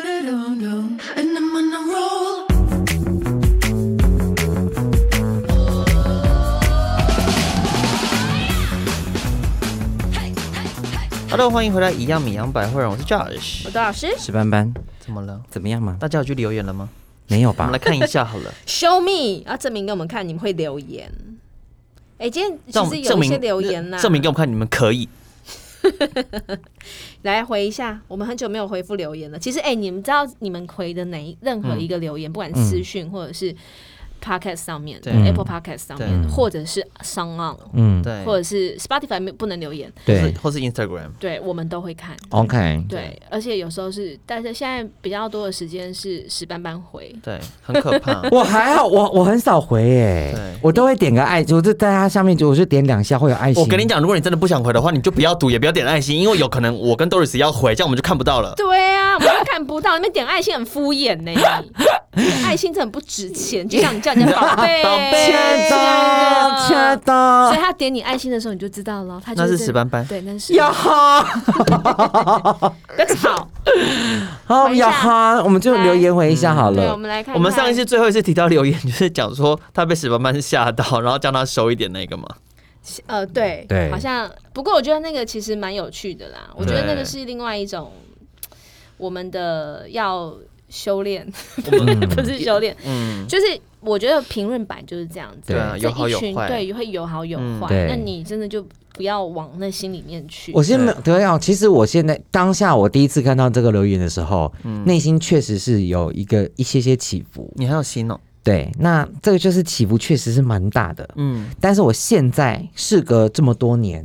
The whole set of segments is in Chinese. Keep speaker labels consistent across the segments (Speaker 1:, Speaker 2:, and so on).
Speaker 1: And I'm on a roll.
Speaker 2: Hello，欢迎回来，一样米阳百惠人，我是 Josh
Speaker 3: 我。的老师
Speaker 4: 石斑斑
Speaker 2: 怎么了？
Speaker 4: 怎么样嘛？
Speaker 2: 大家有去留言了吗？
Speaker 4: 没有
Speaker 2: 我们
Speaker 4: 吧
Speaker 2: 来？看一下好 了，
Speaker 3: ，Show me，要证明给我们看，你们会留言。哎、今天
Speaker 2: 让我
Speaker 3: 其
Speaker 2: 们
Speaker 3: 实
Speaker 2: 证
Speaker 3: 有一
Speaker 2: 明
Speaker 3: 些留言啦，啊
Speaker 2: 证明给我们看，你们可以。
Speaker 3: 来回一下，我们很久没有回复留言了。其实，哎、你们知道你们回的哪一任
Speaker 2: 嗯
Speaker 3: 何一个留言，不管私讯或者是 Podcast 上面、
Speaker 2: 对嗯
Speaker 3: Apple Podcast 上面，
Speaker 4: 对
Speaker 3: 或者是 s o n On，
Speaker 4: 嗯，
Speaker 2: 对，
Speaker 3: 或者是 Spotify 没不能留言，
Speaker 2: 或是
Speaker 4: 对
Speaker 2: 或是 Instagram，
Speaker 3: 对我们都会看。
Speaker 4: ，OK，
Speaker 3: 对，而且有时候是，但是现在比较多的时间是石斑斑回，
Speaker 2: 对，很可
Speaker 4: 。
Speaker 2: 怕
Speaker 4: 我还好，我我很少回诶、
Speaker 2: 对
Speaker 4: 我都会点个爱，我就在它下面，我就点两下会有爱心。
Speaker 2: 我跟你讲，如果你真的不想回的话，你就不要读，也不要点爱心，因为有可能我跟 Doris 要回，这样我们就看不到了。
Speaker 3: 对啊，我们都看不到，那边点爱心很敷衍呢、你 点爱心真的很不值钱，就像你叫人家宝贝，
Speaker 2: 宝贝
Speaker 4: 亲爱的，亲爱
Speaker 3: 所以
Speaker 4: 的，
Speaker 3: 他点你爱心的时候，你就知道了，他就
Speaker 2: 那是
Speaker 3: 这
Speaker 2: 石斑斑
Speaker 3: 对，那是
Speaker 4: 呀哈，
Speaker 3: 不要吵。
Speaker 4: 好
Speaker 3: 回一下
Speaker 4: 呀哈，我们就留言回一下好
Speaker 3: 对，我
Speaker 4: 了。
Speaker 3: 们来看看，
Speaker 2: 我们上一次最后一次提到留言，就是讲说他被史斑斑吓到，然后叫他收一点那个嘛。
Speaker 3: 呃，对
Speaker 4: 对
Speaker 3: 好像不过我觉得那个其实蛮有趣的啦，我觉得那个
Speaker 2: 对
Speaker 3: 是另外一种我们的要修炼， 不是修炼，
Speaker 2: 嗯，
Speaker 3: 就是我觉得评论版就是这样子，
Speaker 4: 对啊
Speaker 3: 这
Speaker 2: 有好有
Speaker 3: 一群
Speaker 2: 坏
Speaker 3: 对，会有好有
Speaker 2: 嗯
Speaker 3: 坏。
Speaker 4: 对
Speaker 3: 那你真的就不要往那心里面去。
Speaker 4: 我现在对啊，其实我现在当下我第一次看到这个留言的时候，内心确实是有一个一些些起伏。
Speaker 2: 你还有心哦。
Speaker 4: 对，那这个就是起伏确实是蛮大的。
Speaker 2: 嗯，
Speaker 4: 但是我现在事隔这么多年，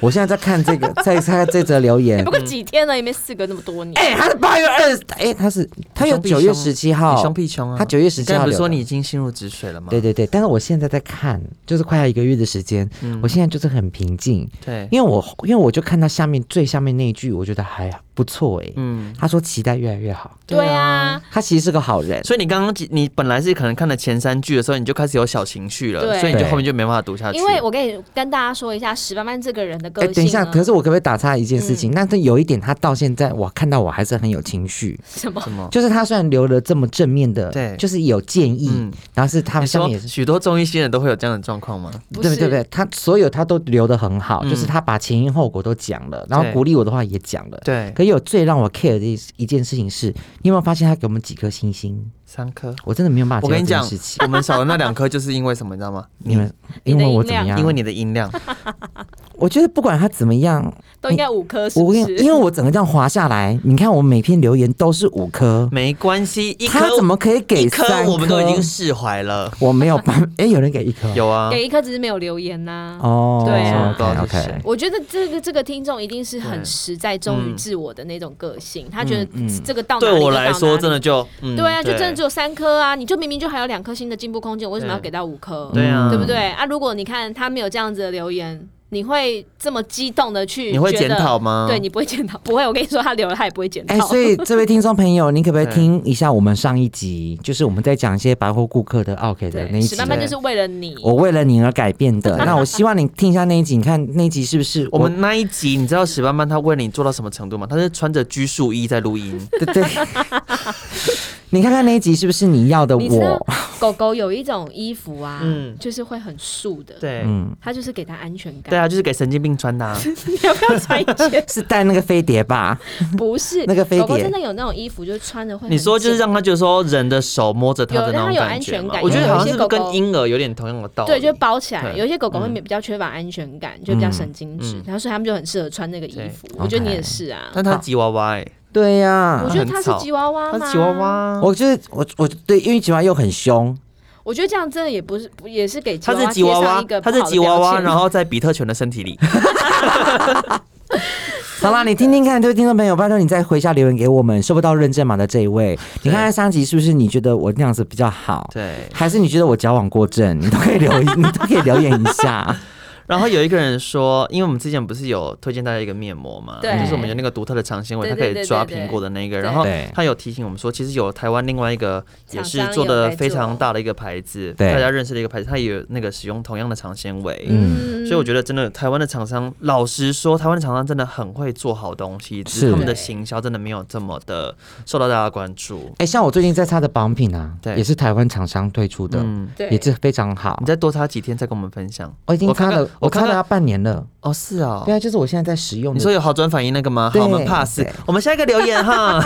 Speaker 4: 我现在在看 这个，在看这则留言
Speaker 2: 嗯
Speaker 3: 也不。过几天了，也没四个那么多年。
Speaker 4: 哎、他是八月二十，哎，他是他有
Speaker 2: 你凶屁
Speaker 4: 九月
Speaker 2: 凶
Speaker 4: 十七
Speaker 2: 你
Speaker 4: 号
Speaker 2: 凶，屁凶啊！
Speaker 4: 他9月17
Speaker 2: 你刚才不是
Speaker 4: 号
Speaker 2: 说
Speaker 4: 留的
Speaker 2: 你已经心如止水了吗？
Speaker 4: 对对对。但是我现在在看，就是快要一个月的时间，我现在就是很平静，
Speaker 2: 嗯对，
Speaker 4: 因为我因为我就看到下面最下面那一句，我觉得还不错哎、
Speaker 2: 嗯，
Speaker 4: 他说期待越来越好，
Speaker 3: 对啊，
Speaker 4: 他其实是个好人，
Speaker 2: 所以你刚刚你本来是可能看了前三句的时候，你就开始有小情绪了，
Speaker 3: 对
Speaker 2: 所以你就后面就没办法读下去。
Speaker 3: 因为我跟你跟大家说一下，史班班这个人的个
Speaker 4: 哎、
Speaker 2: 啊
Speaker 3: 性呢。啊
Speaker 4: 等一下，可是我可不可以打岔一件事
Speaker 2: 嗯
Speaker 4: 情？但是有一点，他到现在我看到我还是很有情绪，
Speaker 3: 什么？
Speaker 2: 什么？
Speaker 4: 就是他虽然留了这么正面的，
Speaker 2: 对
Speaker 4: 就是有建议，
Speaker 2: 嗯
Speaker 4: 然后是他
Speaker 2: 你
Speaker 4: 们下
Speaker 2: 说
Speaker 4: 面也是。
Speaker 2: 许多中医新人都会有这样的状况吗？
Speaker 3: 不
Speaker 4: 对不
Speaker 3: 是
Speaker 4: 对不对？他所有他都留的很好，
Speaker 2: 嗯
Speaker 4: 就是他把前因后果都讲了，然后
Speaker 2: 对
Speaker 4: 鼓励我的话也讲了。
Speaker 2: 对，
Speaker 4: 可有最让我 care 的一一件事情是，你有没有发现他给我们几颗星星？
Speaker 2: 三颗。
Speaker 4: 我真的没有办法
Speaker 2: 我
Speaker 4: 接
Speaker 2: 跟你
Speaker 4: 受啊
Speaker 2: 讲
Speaker 4: 这件事，情。
Speaker 2: 我们少了那两颗就是因为什么，你知道吗？
Speaker 4: 你们啊
Speaker 3: 你
Speaker 4: 因
Speaker 3: 的
Speaker 4: 为我
Speaker 3: 音
Speaker 4: 怎么
Speaker 3: 量
Speaker 4: 样？
Speaker 2: 因为你的音 量，
Speaker 4: 我觉得不管他怎么样，
Speaker 3: 都应该五颗，是
Speaker 4: 我
Speaker 3: 不
Speaker 4: 跟
Speaker 3: 是？
Speaker 4: 你，因为我整个这样滑下来，你看我每篇留言都是五颗，
Speaker 2: 没关系，一颗
Speaker 4: 他怎么可以给
Speaker 2: 一颗
Speaker 4: 三
Speaker 2: 我们都已经释怀 了。
Speaker 4: 我没有办法，哎，有人给一颗，
Speaker 2: 有啊，
Speaker 3: 给一颗只是没有留言呐。
Speaker 4: 哦，
Speaker 3: 对啊
Speaker 4: ，OK
Speaker 2: 不知道是谁
Speaker 4: OK，
Speaker 3: 我觉得这个这个听众一定是
Speaker 2: 对嗯
Speaker 3: 很实在、忠于自我的那种个性，他觉
Speaker 4: 嗯
Speaker 3: 得
Speaker 4: 嗯
Speaker 3: 这个到哪
Speaker 2: 对
Speaker 3: 里
Speaker 2: 我
Speaker 3: 就
Speaker 2: 来
Speaker 3: 到
Speaker 2: 说
Speaker 3: 哪
Speaker 2: 真的
Speaker 3: 里
Speaker 2: 就，嗯
Speaker 3: 对啊，就真的只有三颗啊！你就明明就还有两颗星的进步空间，我为什么要
Speaker 2: 对
Speaker 3: 给到五颗？
Speaker 2: 对啊，
Speaker 3: 对不？对啊？如果你看他没有这样子的留言，你会这么激动的去？
Speaker 2: 你会检讨？吗？
Speaker 3: 对，你不会检讨，不会。我跟你说，他留了，他也不会检讨。
Speaker 4: 哎，所以这位听众朋友，你可不可以
Speaker 2: 对
Speaker 4: 听一下我们上一集，就是我们在讲一些百货顾客的 OK 的那
Speaker 3: 对，
Speaker 4: 一
Speaker 3: 史
Speaker 4: 集？
Speaker 3: 班班就是为了你，
Speaker 2: 哦
Speaker 4: 我为了你而改变的。那我希望你听一下那一集，你看那一集是不是
Speaker 2: 我们那一集，你知道史班班他为你做到什么程度吗？他是穿着拘束衣在录音，
Speaker 4: 对 对？你看看那一集是不是你要的
Speaker 3: 你知道
Speaker 4: 我？
Speaker 3: 狗狗有一种衣服啊，
Speaker 2: 嗯
Speaker 3: 就是会很素的，，
Speaker 2: 对
Speaker 4: 嗯，
Speaker 3: 它就是给它安全感。
Speaker 2: 对，啊，就是给神经病穿的、啊。
Speaker 3: 你要不要穿一 件？
Speaker 4: 是带那个飞碟吧？
Speaker 3: 不是，
Speaker 4: 那个飞碟
Speaker 3: 狗狗真的有那种衣服，就是穿着会很
Speaker 2: 你说就是
Speaker 3: 紧
Speaker 2: 让他觉得说人的手摸着他的那种
Speaker 3: 有让他有
Speaker 2: 感觉
Speaker 3: 安全
Speaker 2: 嘛
Speaker 3: 感
Speaker 2: 我觉得好像
Speaker 3: 因为有
Speaker 2: 是
Speaker 3: 些
Speaker 2: 不是
Speaker 3: 狗狗
Speaker 2: 跟婴儿有点同样的道理。
Speaker 3: 对，就包起来。
Speaker 2: 对
Speaker 3: 有一些狗狗会比较缺乏安全感，就比较神经质
Speaker 2: 嗯，
Speaker 3: 然后所以它们就很适合穿那个衣服。我觉得你也是啊，
Speaker 2: 但他吉娃娃哎、
Speaker 4: 对呀、
Speaker 3: 我觉得它是
Speaker 2: 很吵
Speaker 3: 吉娃娃
Speaker 2: 他
Speaker 3: 吗？
Speaker 2: 是吉娃。娃，
Speaker 4: 我就是我我对，因为吉娃娃又很凶，
Speaker 3: 我觉得这样真的也不是，不也是给
Speaker 2: 他是吉
Speaker 3: 吉
Speaker 2: 娃
Speaker 3: 娃
Speaker 2: 娃
Speaker 3: 娃贴上一个，
Speaker 2: 他
Speaker 3: 不
Speaker 2: 是
Speaker 3: 好的
Speaker 2: 吉娃
Speaker 3: 标
Speaker 2: 娃，
Speaker 3: 签
Speaker 2: 然后在比特犬的身体里。
Speaker 4: 好啦，你听听看，这位听众朋友，拜托你再回一下留言给我们。收不到认证码的这一位，你看看上集是不是你觉得我那样子比较好？
Speaker 2: 对，
Speaker 4: 还是你觉得我矫枉过正？你都可以留，你都可以留言一下。
Speaker 2: 然后有一个人说，因为我们之前不是有推荐大家一个面膜嘛，
Speaker 3: 对
Speaker 2: 就是我们有那个独特的长纤维，
Speaker 3: 对
Speaker 2: 它
Speaker 3: 对
Speaker 2: 可以抓
Speaker 3: 对对对
Speaker 2: 苹果的那个。
Speaker 3: 对
Speaker 2: 然后
Speaker 4: 对
Speaker 2: 他有提醒我们说，其实有台湾另外一个也是
Speaker 3: 厂商
Speaker 2: 做的
Speaker 3: 有在
Speaker 2: 非常
Speaker 3: 做
Speaker 2: 大的一个牌子，
Speaker 4: 对
Speaker 2: 大家认识的一个牌子，它也有那个使用同样的长纤维。
Speaker 3: 嗯
Speaker 2: 所以我觉得真的，台湾的厂商，老实说，台湾的厂商真的很会做好东西，只是
Speaker 4: 是
Speaker 2: 他们的
Speaker 3: 对
Speaker 2: 行销真的没有这么的受到大家关注。
Speaker 4: 哎，像我最近在擦的保养品啊，
Speaker 2: 对
Speaker 4: 也是台湾厂商推出的，
Speaker 2: 嗯，
Speaker 3: 对
Speaker 4: 也是非常好
Speaker 2: 你。再多擦几天再跟我们分享。
Speaker 4: 我已经擦
Speaker 2: 看看
Speaker 4: 了，我
Speaker 2: 看
Speaker 4: 擦了
Speaker 2: 看
Speaker 4: 它半年了。
Speaker 2: 哦，是啊、
Speaker 4: 对啊，就是我现在在使用
Speaker 2: 你
Speaker 4: 的。
Speaker 2: 说有好转反应那个吗？好，
Speaker 4: 对
Speaker 2: 我们 pass
Speaker 4: 对。
Speaker 2: 我们下一个留言哈，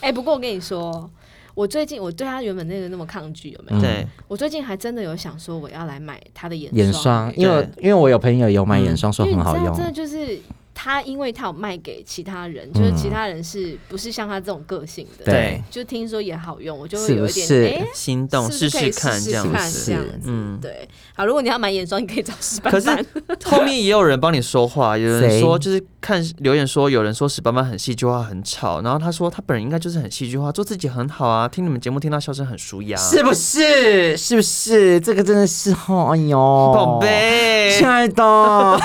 Speaker 3: 哎、不过我跟你说，我最近我对他原本那个那么抗拒，有没有？
Speaker 4: 嗯
Speaker 2: 对，
Speaker 3: 我最近还真的有想说我要来买他的眼
Speaker 4: 眼霜，
Speaker 3: 因
Speaker 4: 因为因为我有朋友有
Speaker 2: 嗯
Speaker 4: 买眼霜，说
Speaker 3: 为你
Speaker 4: 很
Speaker 3: 知
Speaker 4: 好
Speaker 3: 道，
Speaker 4: 用
Speaker 3: 真。的就是他，因为他有卖给其他人，就是其他人是不是像他这种个性的？
Speaker 2: 对
Speaker 4: 对，
Speaker 3: 就听说也好用，我就是会
Speaker 4: 不
Speaker 3: 有一点
Speaker 4: 是
Speaker 3: 哎。
Speaker 2: 心动试
Speaker 3: 是不是可以
Speaker 2: 看这
Speaker 3: 试试
Speaker 2: 样
Speaker 3: 看
Speaker 2: 子。
Speaker 3: 这样子，
Speaker 2: 嗯
Speaker 3: 对。好，如果你要买眼霜，你可以找石斑
Speaker 2: 可是
Speaker 3: 斑。
Speaker 2: 后面也有人帮你说 话，有人
Speaker 4: 谁
Speaker 2: 说就是看留言说有人说史斑斑很戏剧化很吵，然后他说他本人应该就是很戏剧化，做自己很好啊，听你们节目听到笑声很舒压，
Speaker 4: 是不是？是不是？这个真的是哦，哎呦，
Speaker 2: 宝，贝
Speaker 4: 亲。爱的，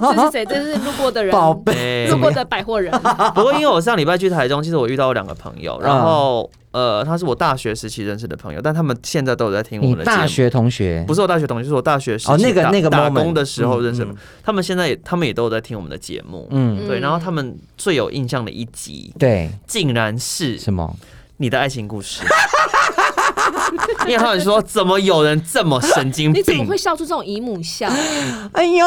Speaker 3: 这是谁？这是路过的人，
Speaker 4: 宝贝，
Speaker 2: 对
Speaker 3: 路过的百货人。
Speaker 2: 哎不过因为我上礼拜去台中，其实我遇到两个朋友，然
Speaker 4: 嗯
Speaker 2: 后呃，他是我大学时期认识的朋友，但他们现在都有在听我
Speaker 4: 你
Speaker 2: 们的节目。
Speaker 4: 大学同学
Speaker 2: 不是我大学同学，是我大学时期
Speaker 4: 哦那个
Speaker 2: 打
Speaker 4: 那个
Speaker 2: 打
Speaker 4: moment
Speaker 2: 工的时候认识的
Speaker 4: 嗯嗯
Speaker 2: 他们现在也他们也都有在听我们的节目，
Speaker 4: 嗯，
Speaker 2: 对，然后他们最有印象的一集，
Speaker 4: 对，
Speaker 2: 竟然是
Speaker 4: 什么？
Speaker 2: 你的爱情故事，因为他们说怎么有人这么神经
Speaker 3: 你怎么
Speaker 2: 病
Speaker 3: 会？笑出这种姨母 笑？
Speaker 4: 哎呦，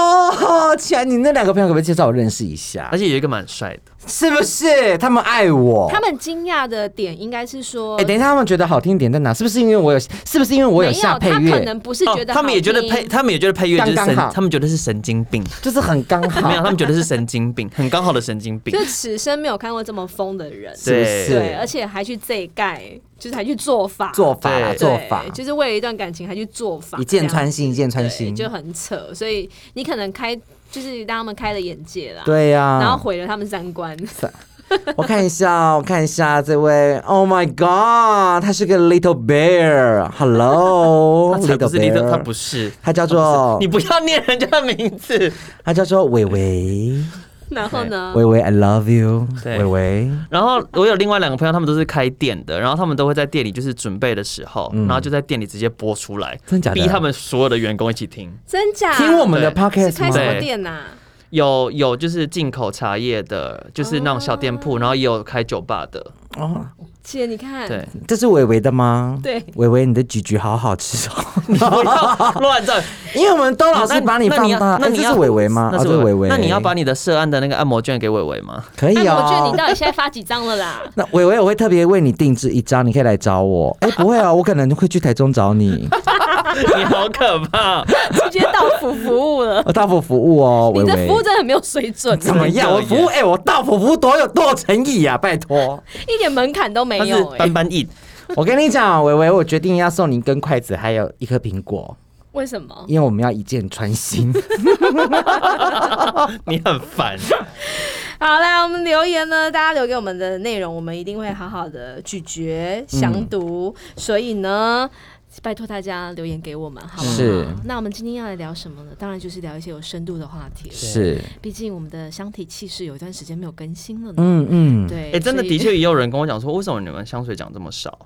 Speaker 4: 亲爱，你那两个朋友可不可以介绍我认识一下
Speaker 2: 而？且有一个蛮帅的，
Speaker 4: 是不是？他们爱我。
Speaker 3: 他们惊讶的点应该是说，
Speaker 4: 哎、等一下，他们觉得好听点在哪？是不是因为我有？是不是因为我
Speaker 3: 没有
Speaker 4: 下配
Speaker 3: 他可
Speaker 4: 乐？哦
Speaker 3: 能不是觉得
Speaker 2: 哦
Speaker 3: 好听、
Speaker 2: 他们也觉得配，他们也觉得配乐就是
Speaker 4: 刚
Speaker 2: 神
Speaker 4: 刚好，
Speaker 2: 他们觉得是神经病，
Speaker 4: 就是很刚
Speaker 2: 没有，
Speaker 4: 好，
Speaker 2: 他们觉得是神经 病，很刚好的神经病
Speaker 3: 就，此生没有看过这么疯的人，
Speaker 4: 是不
Speaker 2: 对
Speaker 4: 是？
Speaker 3: 对，而且还去这一盖，就是还去做法，
Speaker 4: 做法啦
Speaker 2: 对
Speaker 4: 做法
Speaker 3: 对，就是为了一段感情还去做法，
Speaker 4: 一箭穿
Speaker 3: 心，
Speaker 4: 心，一箭穿
Speaker 3: 对，
Speaker 4: 心，
Speaker 3: 就很扯。所以你可能开，就是让他们开了眼界啦，、
Speaker 4: 对啊呀、
Speaker 3: 然后毁了他们三观。
Speaker 4: 我看一下，我看一下这位，Oh my God，他是个 Little Bear，Hello，
Speaker 2: 他啊才不是
Speaker 4: Bear，啊
Speaker 2: 你的，他不是，
Speaker 4: 他叫做
Speaker 2: 你不要念人家的名字。
Speaker 4: 他叫做伟伟，
Speaker 3: 然后呢，
Speaker 4: 伟伟，I love you，
Speaker 2: 对
Speaker 4: 伟伟，
Speaker 2: 然后我有另外两个朋友，他们都是开店的，然后他们都会在店里就是准备的时候，然后就在店里直接播出来，
Speaker 4: 嗯真假的
Speaker 2: 逼他们所有的员工一起听。
Speaker 3: 真假？
Speaker 4: 听我们的
Speaker 2: 对
Speaker 3: 是
Speaker 4: podcast
Speaker 3: 开什
Speaker 2: 对
Speaker 4: 吗？
Speaker 3: 么店啊呐、
Speaker 2: 有有就是进口茶叶的，就是那种小店铺，然后也有开酒吧的。
Speaker 4: 哦，
Speaker 3: 姐，你看，
Speaker 2: 对，
Speaker 4: 这是伟伟的吗？
Speaker 3: 对
Speaker 4: 伟伟，你的橘橘好好吃哦，
Speaker 2: 你不要乱 造。
Speaker 4: 因为我们都老
Speaker 2: 哦那
Speaker 4: 是把你
Speaker 2: 那
Speaker 4: 放
Speaker 2: 要
Speaker 4: 大，
Speaker 2: 那
Speaker 4: 哎
Speaker 2: 你
Speaker 4: 这
Speaker 2: 要
Speaker 4: 是伟伟吗？
Speaker 2: 那
Speaker 4: 哦
Speaker 2: 是
Speaker 4: 这是伟伟，
Speaker 2: 那你要把你的涉案的那个按摩券给伟伟吗？
Speaker 4: 可以
Speaker 3: 那哎我觉得
Speaker 4: 哦
Speaker 3: 你。到底现在发几张了啦？
Speaker 4: 那伟伟，我会特别为你定制一张，你可以来找我。哎，不会哦，我可能会去台中找 你，
Speaker 2: 你好可怕！
Speaker 3: 直接到府服务了。
Speaker 4: 我大幅服务哦，
Speaker 3: 你
Speaker 4: 伟
Speaker 3: 的
Speaker 4: 伟
Speaker 3: 服务。真的很没有水准， 啊
Speaker 4: 怎么样？
Speaker 2: 真的
Speaker 4: 我
Speaker 2: 耶
Speaker 4: 服务哎、我到府服务多有多有诚意啊！拜托，
Speaker 3: 一点门槛都没
Speaker 2: 他是
Speaker 3: 有哎、
Speaker 2: 斑斑印，
Speaker 4: 我跟你 讲，伟伟，我决定要送你一根筷子，还有一颗苹果，
Speaker 3: 为什么？
Speaker 4: 因为我们要一箭穿心。
Speaker 2: 你很烦。
Speaker 3: 好啦，我们留言呢，大家留给我们的内容，我们一定会好好的咀嚼、详读。
Speaker 4: 嗯
Speaker 3: 所以呢，拜托大家留言给我们，好不好？
Speaker 4: 是
Speaker 3: 那我们今天要来聊什么呢？当然就是聊一些有深度的话题了。
Speaker 4: 是，
Speaker 3: 毕竟我们的箱体气势有一段时间没有更新了呢。
Speaker 4: 嗯嗯，
Speaker 3: 对，
Speaker 2: 哎，真的
Speaker 3: 所以
Speaker 2: 的，确也有人跟我讲说，为什么你们香水讲这么少？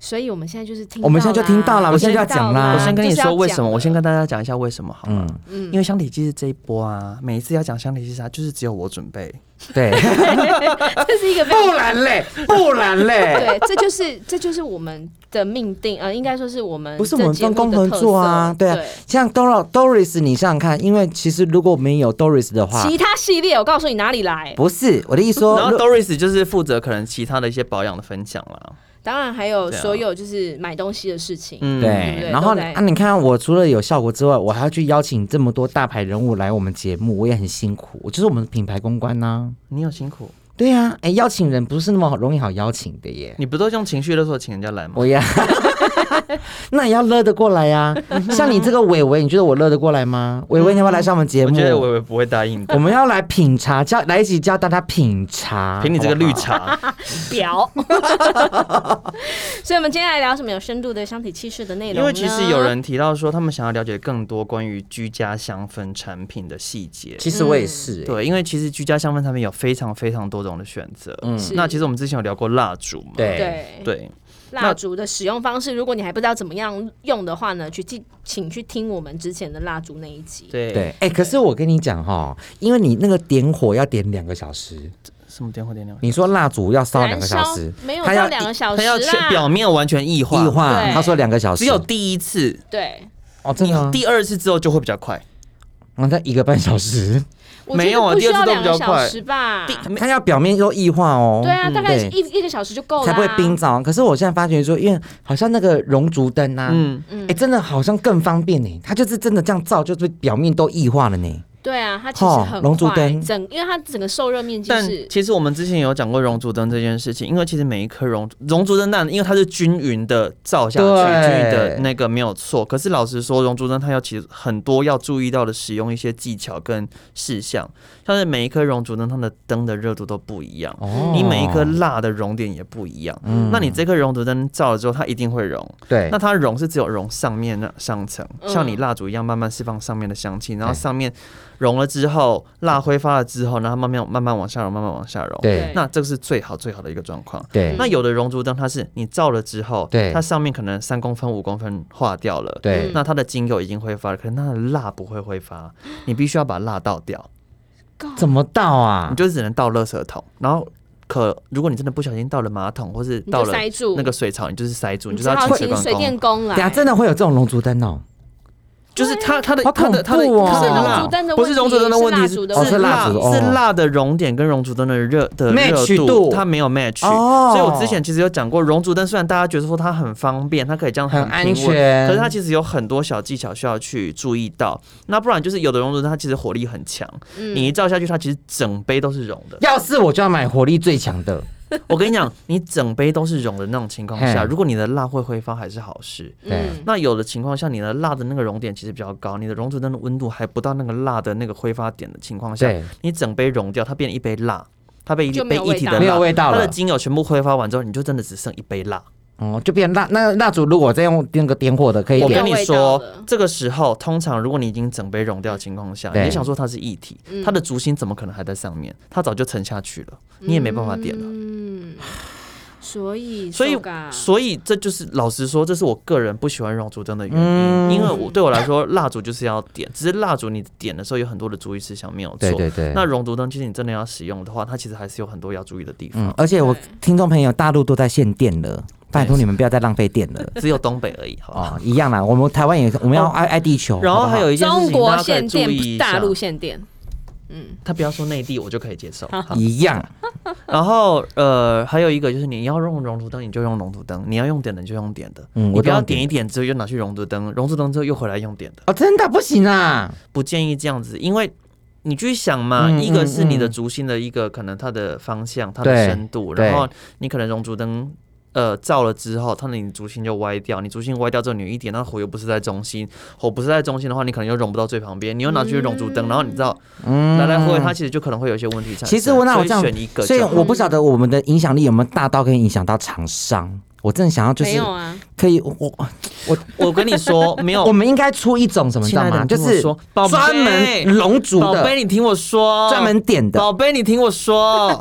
Speaker 3: 所以我们现在就是听到啦，
Speaker 4: 我们现在就听到啦我们现在就要
Speaker 3: 听到
Speaker 4: 讲啦
Speaker 2: 我先跟你
Speaker 3: 啊就是要
Speaker 2: 说为什么，
Speaker 3: 讲
Speaker 2: 我先跟大家讲一下为什么好吗？
Speaker 4: 嗯
Speaker 2: 因为香体剂是这一波啊，每一次要讲香体剂啥，就是只有我准备。
Speaker 4: 对，
Speaker 3: 这是一个非常
Speaker 4: 不 然嘞，不然嘞，
Speaker 3: 对，这就是这就是我们的命定，呃，应该说是我们
Speaker 4: 不是我们
Speaker 3: 这节
Speaker 4: 分
Speaker 3: 目
Speaker 4: 工
Speaker 3: 的
Speaker 4: 合
Speaker 3: 特
Speaker 4: 作啊
Speaker 3: 色，
Speaker 4: 对啊
Speaker 3: 对。
Speaker 4: 像 Dora Doris，你想想看，因为其实如果没有 Doris 的话
Speaker 3: 其，他系列，我告诉你哪里来，
Speaker 4: 不是我的意思
Speaker 2: 然
Speaker 4: 说，
Speaker 2: 后
Speaker 4: 哦如
Speaker 2: Doris 就是负责可能其他的一些保养的分享啦。
Speaker 3: 当然还有
Speaker 2: 对啊
Speaker 3: 所有就是买东西的事情。
Speaker 2: 嗯，
Speaker 3: 对
Speaker 4: 对，
Speaker 3: 对
Speaker 4: 然后
Speaker 3: 都
Speaker 4: 你
Speaker 3: 在
Speaker 4: 啊，你看我除了有效果之外，我还要去邀请这么多大牌人物来我们节目，我也很辛苦，我就是我们的品牌公关呐、
Speaker 2: 你有辛苦，
Speaker 4: 对呀、啊，哎，邀请人不是那么容易好邀请 的耶。
Speaker 2: 你不都用情绪勒索请人家来吗？
Speaker 4: 我呀， 那也要勒得过来 呀、像你这个伟伟，你觉得我勒得过来吗？伟伟，你要不要来上我们节
Speaker 2: 我
Speaker 4: 目？啊
Speaker 2: 觉得我也不会答 应的。
Speaker 4: 我们要来品茶，教来一起教大家品茶。
Speaker 2: 凭你这个
Speaker 4: 好不好
Speaker 2: 绿茶，
Speaker 3: 表。所以，我们今天来聊什么有深度的香体气势的内容呢？
Speaker 2: 因为其实有人提到说，他们想要了解更多关于居家香氛产品的细节。
Speaker 4: 其实我也是、欸
Speaker 2: 对，因为其实居家香氛产品有非常非常多种的选择。嗯，
Speaker 3: 是
Speaker 2: 那其实我们之前有聊过蜡烛嘛？
Speaker 4: 对
Speaker 3: 对
Speaker 2: 对，
Speaker 3: 蜡烛的使用方式，如果你还不知道怎么样用的话呢，去记请去听我们之前的蜡烛那一集。
Speaker 2: 对
Speaker 4: 对，哎、可是我跟你讲哈，因为你那个点火要点两个小时，
Speaker 2: 什么点火点亮？
Speaker 4: 你说蜡烛要烧两
Speaker 3: 燃
Speaker 4: 个小
Speaker 3: 烧
Speaker 4: 时，
Speaker 3: 没有
Speaker 4: 它
Speaker 3: 到
Speaker 4: 要
Speaker 3: 两个小时
Speaker 2: 它要全
Speaker 3: 啦，
Speaker 2: 表面完全异化，
Speaker 4: 异化
Speaker 3: 对，
Speaker 4: 他说两个小时，
Speaker 2: 只有第一次，
Speaker 3: 对，
Speaker 4: 哦，真的吗？
Speaker 2: 第二次之后就会比较快。
Speaker 4: 我才一个半小时，
Speaker 3: 我
Speaker 2: 没有啊
Speaker 3: 觉得不
Speaker 2: 第二
Speaker 3: 需要
Speaker 2: 次都
Speaker 3: 两
Speaker 2: 比较
Speaker 3: 个小
Speaker 2: 快
Speaker 3: 时吧。
Speaker 2: 第
Speaker 4: 它要表面都异化哦，
Speaker 3: 对啊，
Speaker 4: 嗯
Speaker 3: 大概
Speaker 4: 对
Speaker 3: 一一个小时就够了，
Speaker 4: 才不会冰。着。可是我现在发觉说，因为好像那个熔烛灯啊，嗯，
Speaker 2: 嗯，
Speaker 4: 哎、真的好像更方便呢。它就是真的这样照，就是表面都异化了呢。
Speaker 3: 对啊，它其实
Speaker 4: 哦
Speaker 3: 很
Speaker 4: 龙珠
Speaker 3: 快
Speaker 4: 灯
Speaker 3: 整因为它整个受热面积
Speaker 2: 但
Speaker 3: 是
Speaker 2: 其实我们之前有讲过熔烛灯这件事情，因为其实每一颗熔熔烛灯蛋，因为它是均匀的照下去，
Speaker 4: 对
Speaker 2: 均匀的那个没有错。可是老实说，熔烛灯它要其实很多要注意到的使用一些技巧跟事项，像是每一颗熔烛灯它的灯的热度都不一样。
Speaker 4: 哦嗯
Speaker 2: 你每一颗蜡的熔点也不一样，那你这颗熔烛灯照了之后，它一定会融。
Speaker 4: 对
Speaker 2: 那，它融是只有融上面那上层，
Speaker 3: 嗯
Speaker 2: 像你蜡烛一样慢慢释放上面的香气，然后
Speaker 4: 对
Speaker 2: 上面融了之后，蜡挥发了之后，然后慢慢慢慢往下融，慢慢往下融。
Speaker 4: 对
Speaker 2: 那这个是最好最好的一个状
Speaker 3: 嗯
Speaker 2: 况。
Speaker 4: 对
Speaker 2: 那有的熔烛灯它是你照了之后，
Speaker 4: 对
Speaker 2: 它上面可能三公分五公分化掉了，
Speaker 4: 对，
Speaker 2: 那它的精油已经挥发了，可是它的蜡不会挥发，
Speaker 3: 嗯
Speaker 2: 你必须要把蜡倒掉，
Speaker 4: 怎么倒啊
Speaker 2: 你？就只能倒垃圾桶，然后。可，如果你真的不小心倒了马桶，或是
Speaker 3: 你
Speaker 2: 倒
Speaker 3: 就
Speaker 2: 了
Speaker 3: 塞住
Speaker 2: 那个水槽，你就是塞住，你就是
Speaker 3: 只
Speaker 2: 要
Speaker 3: 好
Speaker 2: 清水
Speaker 3: 请
Speaker 2: 管
Speaker 3: 水
Speaker 2: 工
Speaker 3: 电工来。
Speaker 2: 啊
Speaker 4: 等下真的会有这种熔烛灯哦，
Speaker 2: 就是它它的
Speaker 4: 好
Speaker 2: 它的它的
Speaker 4: 恐怖哦
Speaker 2: 它
Speaker 4: 不是
Speaker 2: 的
Speaker 4: 熔
Speaker 2: 蜡
Speaker 4: 烛
Speaker 3: 灯的
Speaker 2: 不是熔
Speaker 3: 问
Speaker 2: 烛
Speaker 3: 题
Speaker 2: 灯的
Speaker 3: 是
Speaker 2: 问
Speaker 3: 蜡
Speaker 2: 题，
Speaker 3: 烛的
Speaker 4: 问题
Speaker 2: 是蜡
Speaker 4: 哦是蜡烛哦
Speaker 2: 是蜡的熔点跟熔烛灯的热的
Speaker 4: Match
Speaker 2: 热
Speaker 4: 度
Speaker 2: 它没有 match，
Speaker 4: 哦
Speaker 2: 所以我之前其实有讲过，熔烛灯虽然大家觉得说它很方便，它可以这样
Speaker 4: 很
Speaker 2: 平
Speaker 4: 安
Speaker 2: 稳
Speaker 4: 全
Speaker 2: 可是它其实有很多小技巧需要去注意到。那不然就是有的熔烛灯它其实火力很强，你一照下去，它其实整杯都是熔的。
Speaker 4: 要是我就要买火力最强的，
Speaker 2: 我跟你讲，你整杯都是熔的那种情况下，
Speaker 4: 嘿
Speaker 2: 如果你的蜡会挥发还是好事。
Speaker 4: 对，
Speaker 2: 那有的情况下，你的蜡的那个熔点其实比较高，你的熔烛灯的温度还不到那个蜡的那个挥发点的情况下
Speaker 4: 对，
Speaker 2: 你整杯融掉，它变一杯蜡，它被一
Speaker 3: 就没
Speaker 2: 杯
Speaker 3: 有
Speaker 2: 一体
Speaker 3: 味道
Speaker 2: 的
Speaker 4: 没有
Speaker 2: 蜡，
Speaker 4: 味道
Speaker 2: 它的
Speaker 4: 了。
Speaker 2: 精油全部挥发完之后，你就真的只剩一杯蜡。
Speaker 4: 哦，就变蜡那蜡烛，如果再用那个点火的，可以
Speaker 2: 我
Speaker 3: 没有
Speaker 4: 点
Speaker 2: 跟你
Speaker 3: 味道
Speaker 2: 说
Speaker 3: 了，
Speaker 2: 这个时候通常如果你已经整杯融掉的情况下，你
Speaker 4: 对
Speaker 2: 就想说它是一体，它
Speaker 3: 嗯
Speaker 2: 的烛心怎么可能还在上面？它早就沉下去了，你也没办法点了。
Speaker 3: 嗯，所以
Speaker 2: 所以
Speaker 3: 受嘎，
Speaker 2: 所以这就是老实说，这是我个人不喜欢熔烛灯的原因，
Speaker 4: 嗯
Speaker 2: 因为我对我来说，蜡烛就是要点，只是蜡烛你点的时候有很多的注意事项没有做。
Speaker 4: 对对对
Speaker 2: 那熔烛灯其实你真的要使用的话，它其实还是有很多要注意的地方，
Speaker 4: 嗯，而且我
Speaker 3: 对
Speaker 4: 听众朋友，大陆都在限电了，拜托你们不要再浪费电了
Speaker 2: 只有东北而已，好吧？
Speaker 4: 啊、一样啦，我们台湾也我们要爱爱地球，
Speaker 2: 哦然
Speaker 4: 好
Speaker 2: 后
Speaker 4: 不好
Speaker 2: 还有一件事
Speaker 3: 中
Speaker 2: 情
Speaker 3: 国
Speaker 2: 大家可以
Speaker 3: 限
Speaker 2: 注意
Speaker 3: 电，
Speaker 2: 一
Speaker 3: 大
Speaker 2: 下，
Speaker 3: 陆限电，
Speaker 2: 他不要说内地，我就可以接受。好
Speaker 4: 一样，
Speaker 2: 然后呃，还有一个就是你要用熔烛灯，你就用熔烛灯；你要用点的，你就用点的。
Speaker 4: 嗯
Speaker 2: 你
Speaker 4: 我
Speaker 2: 不
Speaker 4: 都
Speaker 2: 要
Speaker 4: 用点
Speaker 2: 点一点之后又拿去熔烛灯，熔烛灯之后又回来用点的。
Speaker 4: 哦，真的不行啊！
Speaker 2: 不建议这样子，因为你去想嘛，
Speaker 4: 嗯
Speaker 2: 一个是你的烛心的一个可能它的方向、它的
Speaker 4: 对
Speaker 2: 深度，
Speaker 4: 对
Speaker 2: 然后你可能熔烛灯。呃，照了之后，它的你烛心就歪掉，你烛心歪掉之后，你有一点，那火又不是在中心，火不是在中心的话，你可能又融不到最旁边，你又拿去熔烛灯，然后你知道、
Speaker 4: 嗯，
Speaker 2: 来来回回，它其实就可能会有一些问题产生。
Speaker 4: 其实我那
Speaker 2: 所
Speaker 4: 我
Speaker 2: 以
Speaker 4: 这样，
Speaker 2: 选一个就好，
Speaker 4: 所以我不晓得我们的影响力有没有大到可以影响到厂商。我真的想要就
Speaker 3: 没
Speaker 4: 是
Speaker 3: 有啊，
Speaker 4: 可以，我我
Speaker 2: 我跟你说，没有
Speaker 4: 我们应该出一种什么，你
Speaker 2: 亲
Speaker 4: 知道
Speaker 2: 爱的
Speaker 4: 吗？
Speaker 2: 你
Speaker 4: 就
Speaker 2: 听我
Speaker 4: 是
Speaker 2: 说宝贝
Speaker 4: 专门龙族
Speaker 2: 宝
Speaker 4: 的
Speaker 2: 贝，，你听我说，
Speaker 4: 专门点的，
Speaker 2: 宝贝，你听我说，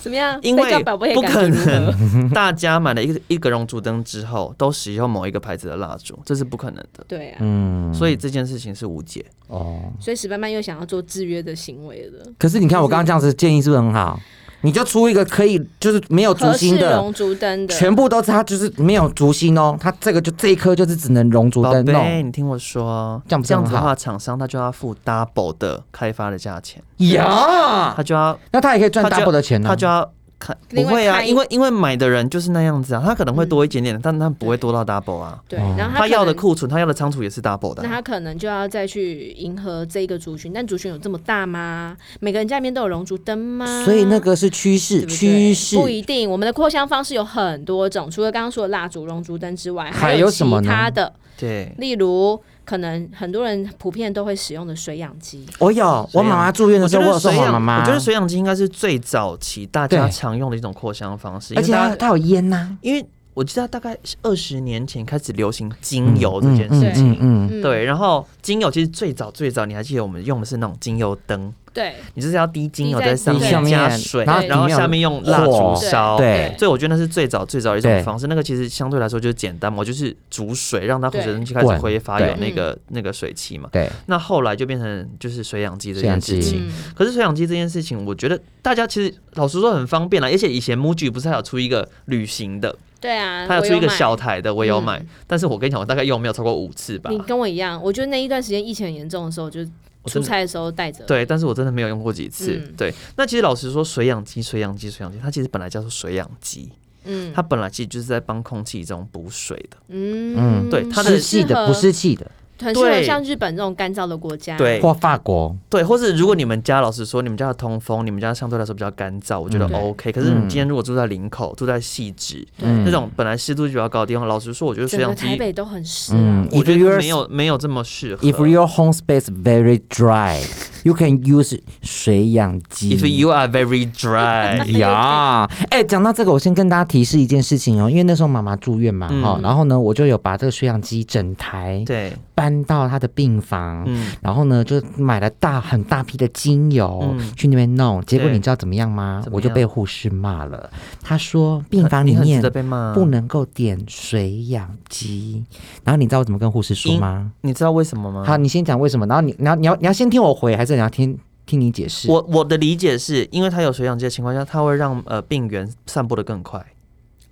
Speaker 3: 怎么样？
Speaker 2: 因
Speaker 3: 被告
Speaker 2: 为
Speaker 3: 宝贝
Speaker 2: 不
Speaker 3: 感
Speaker 2: 可
Speaker 3: 觉如何
Speaker 2: 能大家买了一个一个熔烛灯之后，都使用某一个牌子的蜡烛，这是不可能的。
Speaker 3: 对啊，
Speaker 4: 嗯，
Speaker 2: 所以这件事情是无解。
Speaker 4: 哦。
Speaker 3: 所以史班班又想要做制约的行为了。
Speaker 4: 可是你看我刚刚这样子建议是不是很好？你就出一个可以就是没有
Speaker 3: 合
Speaker 4: 竹
Speaker 3: 适
Speaker 4: 心的，
Speaker 3: 龙竹灯的，
Speaker 4: 全部都是它就是没有竹心哦，它这个就这一颗就是只能熔竹
Speaker 2: 宝
Speaker 4: 灯
Speaker 2: 贝，
Speaker 4: 弄。
Speaker 2: 你听我说，
Speaker 4: 这样不是
Speaker 2: 这
Speaker 4: 很
Speaker 2: 样子
Speaker 4: 好
Speaker 2: 的话，厂商他就要付 double 的开发的价钱，
Speaker 4: 呀，
Speaker 2: 他就要
Speaker 4: 那他也可以赚
Speaker 2: 他就
Speaker 4: double 的钱呢、
Speaker 2: 他就要看不
Speaker 3: 另外
Speaker 2: 会啊，
Speaker 3: 开一
Speaker 2: 因为因为买的人就是那样子啊，他可能会多一点点，但他不会多到 double 啊。
Speaker 3: 对
Speaker 4: 哦，
Speaker 3: 然后
Speaker 2: 他要的
Speaker 3: 可能
Speaker 2: 库存，他要的仓储也是 double 的
Speaker 3: 那
Speaker 2: 啊。
Speaker 3: 他可能就要再去迎合这个族群，但族群有这么大吗？每个人家里面都有熔烛灯吗？
Speaker 4: 所以那个是趋势，
Speaker 3: 对不对
Speaker 4: 趋势
Speaker 3: 不一定。我们的扩香方式有很多种，除了刚刚说的蜡烛、熔烛灯之外，
Speaker 4: 还
Speaker 3: 有
Speaker 4: 有
Speaker 3: 其
Speaker 4: 什么呢
Speaker 3: 他的，
Speaker 2: 对，
Speaker 3: 例如可能很多人普遍都会使用的水氧机。
Speaker 4: 我有，我妈妈住院的
Speaker 2: 我
Speaker 4: 时
Speaker 2: 觉
Speaker 4: 候，我有
Speaker 2: 得水
Speaker 4: 送我妈
Speaker 2: 氧，
Speaker 4: 妈。
Speaker 2: 我觉得水氧机应该是最早期大家
Speaker 4: 对
Speaker 2: 常用的一种扩香方式，因
Speaker 4: 而
Speaker 2: 为
Speaker 4: 且
Speaker 2: 大
Speaker 4: 它
Speaker 2: 家
Speaker 4: 它有烟呐、
Speaker 2: 因为我记得大概二十年前开始流行精油这件
Speaker 3: 对
Speaker 2: 事情。
Speaker 4: 嗯嗯，
Speaker 3: 嗯，
Speaker 2: 对，然后精油其实最早最早，你还记得我们用的是那种精油灯，
Speaker 3: 对
Speaker 2: 你就是要滴精油
Speaker 3: 滴在
Speaker 2: 在上
Speaker 3: 上
Speaker 2: 面
Speaker 4: 面
Speaker 2: 加水，
Speaker 4: 然
Speaker 3: 后
Speaker 2: 然后
Speaker 4: 里面有
Speaker 2: 下面用蜡
Speaker 4: 火
Speaker 2: 烛烧。
Speaker 4: 对
Speaker 2: 所以我觉得那是最早最早的一种
Speaker 4: 对
Speaker 2: 方式，那个其实相对来说就是简单嘛，我就是煮水让它活水蒸气开始
Speaker 4: 滚
Speaker 2: 挥发，
Speaker 4: 对
Speaker 2: 有那个那个水汽嘛。
Speaker 4: 对，
Speaker 2: 那后来就变成就是水氧机这
Speaker 4: 水
Speaker 2: 件
Speaker 4: 氧
Speaker 2: 事
Speaker 4: 机
Speaker 2: 情。
Speaker 3: 嗯，
Speaker 2: 可是水氧机这件事情，我觉得大家其实老实说很方便啦，而且以前 MUJI 不是还有出一个旅行的，
Speaker 3: 对啊，
Speaker 2: 它有
Speaker 3: 我
Speaker 2: 出一个
Speaker 3: 买
Speaker 2: 小台的，我有买，
Speaker 3: 嗯
Speaker 2: 但是我跟你讲，我大概用没有超过五次吧
Speaker 3: 你。跟我一样，我觉得那一段时间疫情很严重的时候，我就
Speaker 2: 我
Speaker 3: 出
Speaker 2: 真的
Speaker 3: 差的时候带着。
Speaker 2: 对，但是我真的没有用过几次。
Speaker 3: 嗯
Speaker 2: 对，那其实老实说，水氧机、水氧机、水氧机，它其实本来叫做水氧机，
Speaker 3: 嗯，
Speaker 2: 它本来其实就是在帮空气中补水的。
Speaker 3: 嗯
Speaker 2: 对它的
Speaker 4: 湿气的不，
Speaker 3: 适
Speaker 4: 湿气的，
Speaker 3: 合很适合
Speaker 2: 对
Speaker 3: 像日本这种干燥的国家。
Speaker 2: 对
Speaker 4: 或法国
Speaker 2: 对，或是如果你们家老实说，你们家的通风，你们家相对来说比较干燥，我觉得
Speaker 3: 嗯对
Speaker 2: OK、可是你
Speaker 4: 嗯
Speaker 2: 今天如果住在林口，住在汐止、
Speaker 3: 对
Speaker 2: 那种本来湿度就比较高的地方，老实说，我觉得水
Speaker 3: 嗯整个
Speaker 2: 氧
Speaker 3: 台
Speaker 2: 机，
Speaker 3: 北都很湿啊。
Speaker 4: 嗯
Speaker 2: 我
Speaker 4: ，if
Speaker 2: 觉得
Speaker 4: your
Speaker 2: 没有没有这么适合。
Speaker 4: if your home space very dry, you can use 水氧机。
Speaker 2: If you are very dry，
Speaker 4: 呀，哎，讲到这个，我先跟大家提示一件事情哦，因为那时候妈妈住院嘛，
Speaker 2: 嗯
Speaker 4: 哈、然后呢，我就有把这个水氧机整台
Speaker 2: 对，
Speaker 4: 搬到她的病房，
Speaker 2: 嗯，
Speaker 4: 然后呢，就买了大很大批的精油、
Speaker 2: 嗯
Speaker 4: 去那边弄，结果
Speaker 2: 对
Speaker 4: 你知道怎么样吗？
Speaker 2: 怎么
Speaker 4: 我就
Speaker 2: 样
Speaker 4: 被护士骂了。他说病房
Speaker 2: 你
Speaker 4: 里
Speaker 2: 很值
Speaker 4: 面
Speaker 2: 得被骂，
Speaker 4: 不能够点水氧机。然后你知道我怎么跟护士说
Speaker 2: 因
Speaker 4: 吗？
Speaker 2: 你知道为什么吗？
Speaker 4: 好，你先讲为什么，然后你，然后你要你要先听我回，还是你要听听你解释？
Speaker 2: 我我的理解是，因为它有水氧机的情况下，它会让呃病源散播的更快。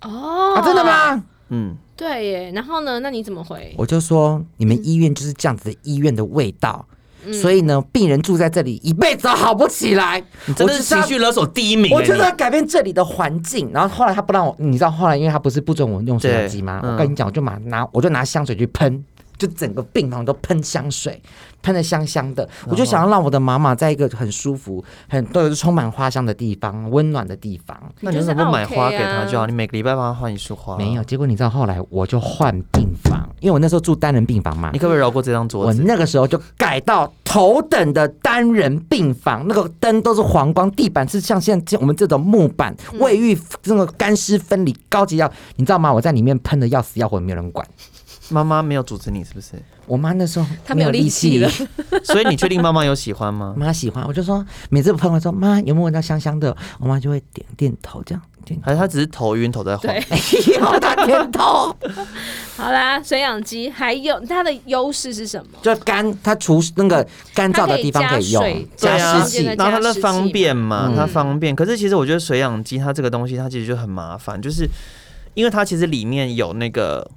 Speaker 3: 哦、
Speaker 4: 啊，真的？吗？
Speaker 2: 嗯，
Speaker 3: 对耶，然后呢？那你怎么回？
Speaker 4: 我就说你们医院就是这样子的医院的味道。
Speaker 3: 嗯
Speaker 4: 所以呢，病人住在这里一辈子都好不起来。
Speaker 2: 你真的
Speaker 4: 我
Speaker 2: 是
Speaker 4: 知道
Speaker 2: 情绪勒索第一名、欸。
Speaker 4: 我觉
Speaker 2: 你
Speaker 4: 得要改变这里的环境，然后后来他不让我，你知道后来因为他不是不准我用水
Speaker 2: 对
Speaker 4: 养机吗？
Speaker 2: 嗯
Speaker 4: 我跟你讲，我就拿拿我就拿香水去喷，就整个病房都喷香水，喷的香香的。我就想要让我的妈妈在一个很舒服、很都有充满花香的地方、温暖的地方。
Speaker 2: 那你为什么不买花给他就好？你每个礼拜帮他换一束花。
Speaker 4: 啊没有，，结果你知道后来我就换病房，因为我那时候住单人病房嘛
Speaker 2: 你。可不可以饶过这张桌
Speaker 4: 我
Speaker 2: 子？
Speaker 4: 那个时候就改到头等的单人病房，那个灯都是黄光，地板是像现在我们这种木板，
Speaker 3: 嗯
Speaker 4: 卫浴这个干湿分离，高级到你知道吗？我在里面喷的要死要活，没有人管。
Speaker 2: 妈妈没有阻止你是不是？
Speaker 4: 我妈那时候
Speaker 3: 她没有
Speaker 4: 力
Speaker 3: 力气了，
Speaker 2: 所以你确定妈妈有喜欢 吗？
Speaker 4: 妈喜欢， 我就说每次喷完说妈有没有闻到香香的，我妈就会点点头 这样点。
Speaker 2: 还是她只是头晕头在晃？
Speaker 3: 对，
Speaker 4: 哎呦，她点头，
Speaker 3: 好啦，水氧机还有它的优势是什么？
Speaker 4: 就干，她除那个干燥的地方可以
Speaker 3: 它可以
Speaker 4: 用，
Speaker 3: 加
Speaker 2: 对
Speaker 3: 水
Speaker 2: 啊
Speaker 4: 湿气
Speaker 3: 对啊，
Speaker 2: 然后它那
Speaker 3: 加湿器
Speaker 2: 方便嘛
Speaker 4: 嘛，
Speaker 2: 它
Speaker 3: 嗯
Speaker 2: 方便。可是其实我觉得水氧机它这个东西，它其实就很麻烦，就是因为它其实里面有那个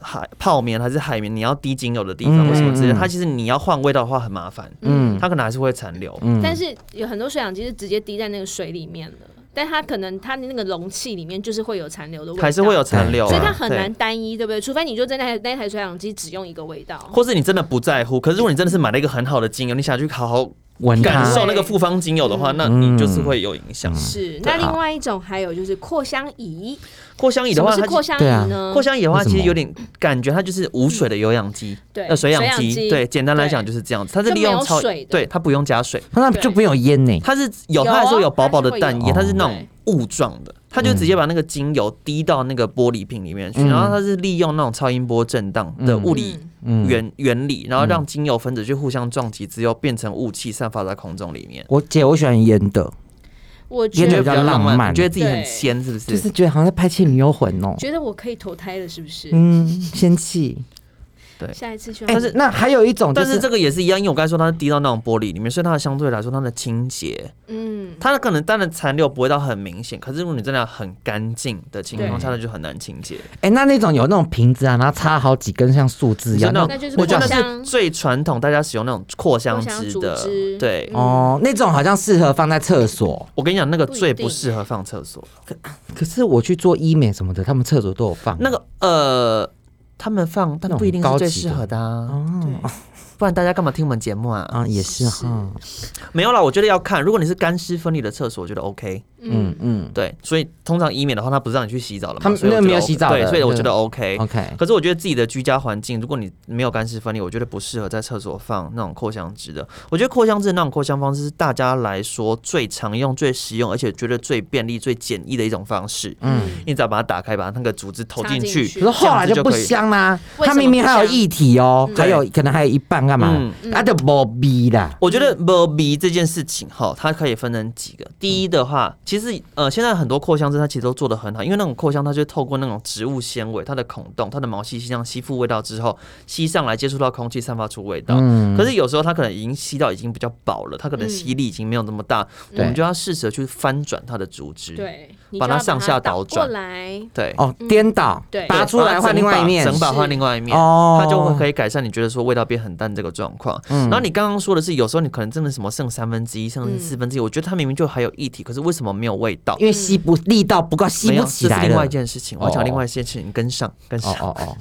Speaker 2: 海泡棉还是海绵，你要滴精油的地方
Speaker 4: 嗯
Speaker 2: 或什么之类的，
Speaker 4: 嗯嗯
Speaker 2: 它其实你要换味道的话很麻烦，
Speaker 4: 嗯
Speaker 2: 它可能还是会残留。
Speaker 4: 嗯
Speaker 3: 但是有很多水氧机是直接滴在那个水里面的，但它可能它的那个容器里面就是会有残留的味道，
Speaker 2: 还是会有，残留啊，
Speaker 3: 所以它很
Speaker 2: 对
Speaker 3: 难单一，对不对？除非你就在那台那台水氧机只用一个味道，
Speaker 2: 或是你真的不在乎，可是如果你真的是买了一个很好的精油，你想去好好
Speaker 4: 闻
Speaker 2: 感
Speaker 4: 它。
Speaker 2: 受那个复方精油的
Speaker 3: 嗯
Speaker 2: 话，那你就是会有影响。
Speaker 4: 嗯
Speaker 3: 是。
Speaker 2: 对
Speaker 3: 那另外一种还有就是扩香仪，
Speaker 2: 扩香仪
Speaker 3: 什
Speaker 2: 的
Speaker 3: 么
Speaker 2: 话，
Speaker 3: 是
Speaker 2: 它
Speaker 3: 扩香
Speaker 4: 对啊
Speaker 3: 仪呢？
Speaker 2: 扩香仪的
Speaker 4: 为
Speaker 2: 话，
Speaker 4: 什么
Speaker 2: 其实有点感觉它就是无水的有氧机，
Speaker 3: 嗯对
Speaker 2: 呃，水氧
Speaker 3: 水氧机
Speaker 2: 机，对，简单来讲
Speaker 3: 对
Speaker 2: 就是这样子，它是
Speaker 3: 就
Speaker 2: 利
Speaker 3: 没有
Speaker 2: 用超
Speaker 3: 水的，嗯
Speaker 2: 对，它不用加水，
Speaker 4: 那就不用烟呢、
Speaker 2: 它是有，
Speaker 3: 有啊
Speaker 2: 它还是会有薄薄的
Speaker 3: 它是会有
Speaker 2: 淡
Speaker 4: 哦
Speaker 2: 液，它是那种
Speaker 3: 对
Speaker 2: 雾状的，它就直接把那个精油滴到那个玻璃瓶里面去，
Speaker 4: 嗯
Speaker 2: 然后它是利用那种超音波震荡的物理
Speaker 3: 嗯
Speaker 4: 嗯
Speaker 2: 原原理，然后让精油分子去互相撞击之后变成雾气散发在空中里面。
Speaker 4: 我姐，我喜欢烟的，
Speaker 3: 我
Speaker 2: 你
Speaker 3: 觉
Speaker 4: 烟
Speaker 2: 觉得
Speaker 4: 的嗯比
Speaker 2: 比较
Speaker 4: 较
Speaker 2: 浪
Speaker 4: 浪漫
Speaker 2: 你觉得自己很
Speaker 3: 对
Speaker 2: 仙是不？
Speaker 4: 就是是觉得好像在拍《倩女幽魂》哦。
Speaker 3: 觉得我可以投胎了，是不是？
Speaker 4: 嗯，仙气。
Speaker 3: 下一次去，
Speaker 4: 但是那还有一种就
Speaker 2: 但是
Speaker 4: 是
Speaker 2: 这个也是一样，因为我刚才说它是滴到那种玻璃里面，所以它的相对来说它的清洁
Speaker 3: 嗯，
Speaker 2: 它可能当然残留不会到很明显，可是如果你真的很干净的情况
Speaker 3: 对
Speaker 2: 下，那就很难清洁。
Speaker 4: 哎、那那种有那种瓶子啊，然后插好几根像树枝一
Speaker 2: 真
Speaker 4: 样，
Speaker 2: 的
Speaker 4: 嗯那
Speaker 3: 那就是
Speaker 2: 我觉得
Speaker 3: 扩
Speaker 2: 那是
Speaker 3: 香
Speaker 2: 最传统，大家使用那种扩香
Speaker 3: 扩
Speaker 2: 枝
Speaker 3: 香
Speaker 2: 的
Speaker 3: 竹枝。
Speaker 2: 对，
Speaker 3: 嗯
Speaker 4: 哦，那种好像适合放在厕所。
Speaker 2: 我跟你讲，那个
Speaker 3: 不一
Speaker 2: 最不
Speaker 3: 定
Speaker 2: 适合放厕所。
Speaker 4: 可是我去做医美什么的，他们厕所都有放
Speaker 2: 那个呃，他们放，但
Speaker 4: 那种
Speaker 2: 不一定
Speaker 4: 高
Speaker 2: 是最
Speaker 4: 级
Speaker 2: 适
Speaker 4: 的
Speaker 2: 合的啊，
Speaker 4: 哦
Speaker 2: 不然大家干嘛听我们节目啊？
Speaker 4: 啊，也是哈，
Speaker 2: 没有啦，我觉得要看，如果你是干湿分离的厕所，我觉得 OK。
Speaker 4: 嗯
Speaker 3: 嗯，
Speaker 4: 嗯
Speaker 2: 对，所以通常医美的话，他不是让你去洗澡了嘛，
Speaker 4: 他们
Speaker 2: 所以我
Speaker 4: 那
Speaker 2: 觉得
Speaker 4: 个没有
Speaker 2: OK-
Speaker 4: 洗澡
Speaker 2: 对，
Speaker 4: 的
Speaker 2: 所以我觉得
Speaker 4: 对
Speaker 2: OK。
Speaker 4: ，OK，
Speaker 2: 可是我觉得自己的居家环境，如果你没有干湿分离，我觉得不适合在厕所放那种扩香枝的。我觉得扩香枝的那种扩香方式是大家来说最常用、最实用，而且觉得最便利、最简易的一种方式。
Speaker 4: 嗯。
Speaker 2: 你只要把它打开，把那个竹子投
Speaker 3: 插
Speaker 2: 进
Speaker 3: 进
Speaker 2: 去，
Speaker 3: 去
Speaker 4: 可是后来
Speaker 2: 这样子就
Speaker 4: 不
Speaker 2: 可以
Speaker 4: 香啦、
Speaker 3: 为
Speaker 4: 它
Speaker 3: 什么
Speaker 4: 明明
Speaker 3: 不
Speaker 4: 还有
Speaker 3: 香
Speaker 4: 一体哦，
Speaker 3: 嗯
Speaker 4: 还有可能还有一半干嘛
Speaker 2: 嗯？
Speaker 4: 那就没逼啦。
Speaker 2: 我觉得 b 鼻这件事情哈，它可以分成几个。第一的话，其实呃，现在很多扩香针它其实都做得很好，因为那种扩香它就透过那种植物纤维，它的孔洞、它的毛细这样吸附味道之后，吸上来接触到空气，散发出味道。
Speaker 4: 嗯
Speaker 2: 可是有时候它可能已经吸到已经比较饱了，它可能
Speaker 3: 嗯
Speaker 2: 吸力已经没有那么大，
Speaker 4: 对
Speaker 2: 我们就要适时的去翻转它的竹枝。
Speaker 3: 对，你
Speaker 2: 把
Speaker 3: 就要
Speaker 2: 它上下倒
Speaker 3: 倒
Speaker 2: 转
Speaker 3: 过来，
Speaker 2: 对，
Speaker 4: 哦，颠倒，
Speaker 3: 对
Speaker 4: 拔出来换另外一面，
Speaker 2: 整把
Speaker 3: 是
Speaker 2: 换另外一面，
Speaker 4: 哦
Speaker 2: 它就会可以改善你觉得说味道变很淡这个状况。
Speaker 4: 嗯
Speaker 2: 然后你刚刚说的是，有时候你可能真的什么剩三分之一、剩四分之一，我觉得它明明就还有液体，可是为什么没有味道？
Speaker 4: 因为吸不力道不够，吸
Speaker 2: 嗯没有，
Speaker 4: 不
Speaker 2: 这
Speaker 4: 起
Speaker 2: 是
Speaker 4: 来
Speaker 2: 另外
Speaker 4: 了
Speaker 2: 一。件事情，我要讲
Speaker 4: 哦
Speaker 2: 另外一件事情，跟上，跟上
Speaker 4: 哦。哦哦，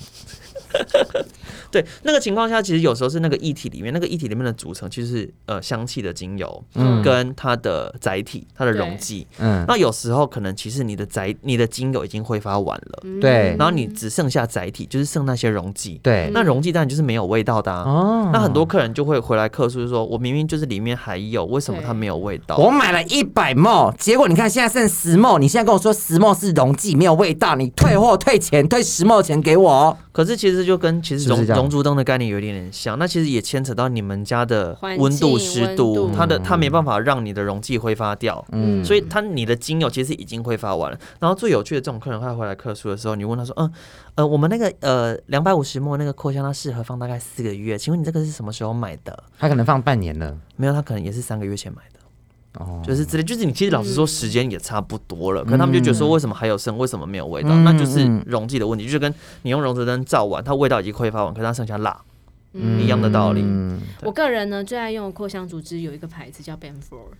Speaker 2: 对，那个情况下，其实有时候是那个液体里面，那个液体里面的组成其实是呃香气的精油，
Speaker 4: 嗯
Speaker 2: 跟它的载体、它的溶
Speaker 3: 对
Speaker 2: 剂。
Speaker 4: 嗯，
Speaker 2: 那有时候可能其实你的载、你的精油已经挥发完了，
Speaker 3: 嗯
Speaker 4: 对
Speaker 2: 然后你只剩下载体，就是剩那些溶剂。
Speaker 4: 对，
Speaker 2: 那溶剂当然就是没有味道的、啊。
Speaker 4: 哦
Speaker 2: 那很多客人就会回来客诉，就说我明明就是里面还有，为什么
Speaker 3: 对
Speaker 2: 它没有味道？
Speaker 4: 我买了一百沫，结果你看现在剩十沫，你现在跟我说十沫是溶剂，没有味道，你退货退钱，退十沫钱给我。哦
Speaker 2: 可是其实就跟其实
Speaker 4: 是不
Speaker 2: 熔
Speaker 4: 是这样
Speaker 2: 熔烛灯的概念有一点点像，那其实也牵扯到你们家的
Speaker 3: 环
Speaker 2: 温度、
Speaker 3: 境
Speaker 2: 湿
Speaker 3: 温
Speaker 2: 度
Speaker 3: 度，
Speaker 2: 它
Speaker 4: 嗯
Speaker 2: 的它没办法让你的溶剂挥发掉。
Speaker 3: 嗯
Speaker 2: 所以它你的精油其实已经挥发完了，然后最有趣的这种客人他回来客诉的时候，你问他说，嗯，呃，我们那个呃两百五十沫那个扩香，它适合放大概四个月，请问你这个是什么时候买的？
Speaker 4: 他可能放半年了。
Speaker 2: 没有，他可能也是三个月前买的。
Speaker 4: 哦，
Speaker 2: 就是之类，就是你其实老实说，时间也差不多了，可他们就觉得说，为什么还有剩，为什么没有味道？
Speaker 4: 嗯
Speaker 2: 那就是
Speaker 4: 嗯
Speaker 2: 溶剂的问题，就是跟你用溶脂灯照完，它味道已经挥发完，可是它剩下辣，
Speaker 3: 嗯
Speaker 2: 一样的道理。
Speaker 4: 嗯，
Speaker 3: 我个人呢最爱用的扩香组织有一个牌子叫 b a n f o r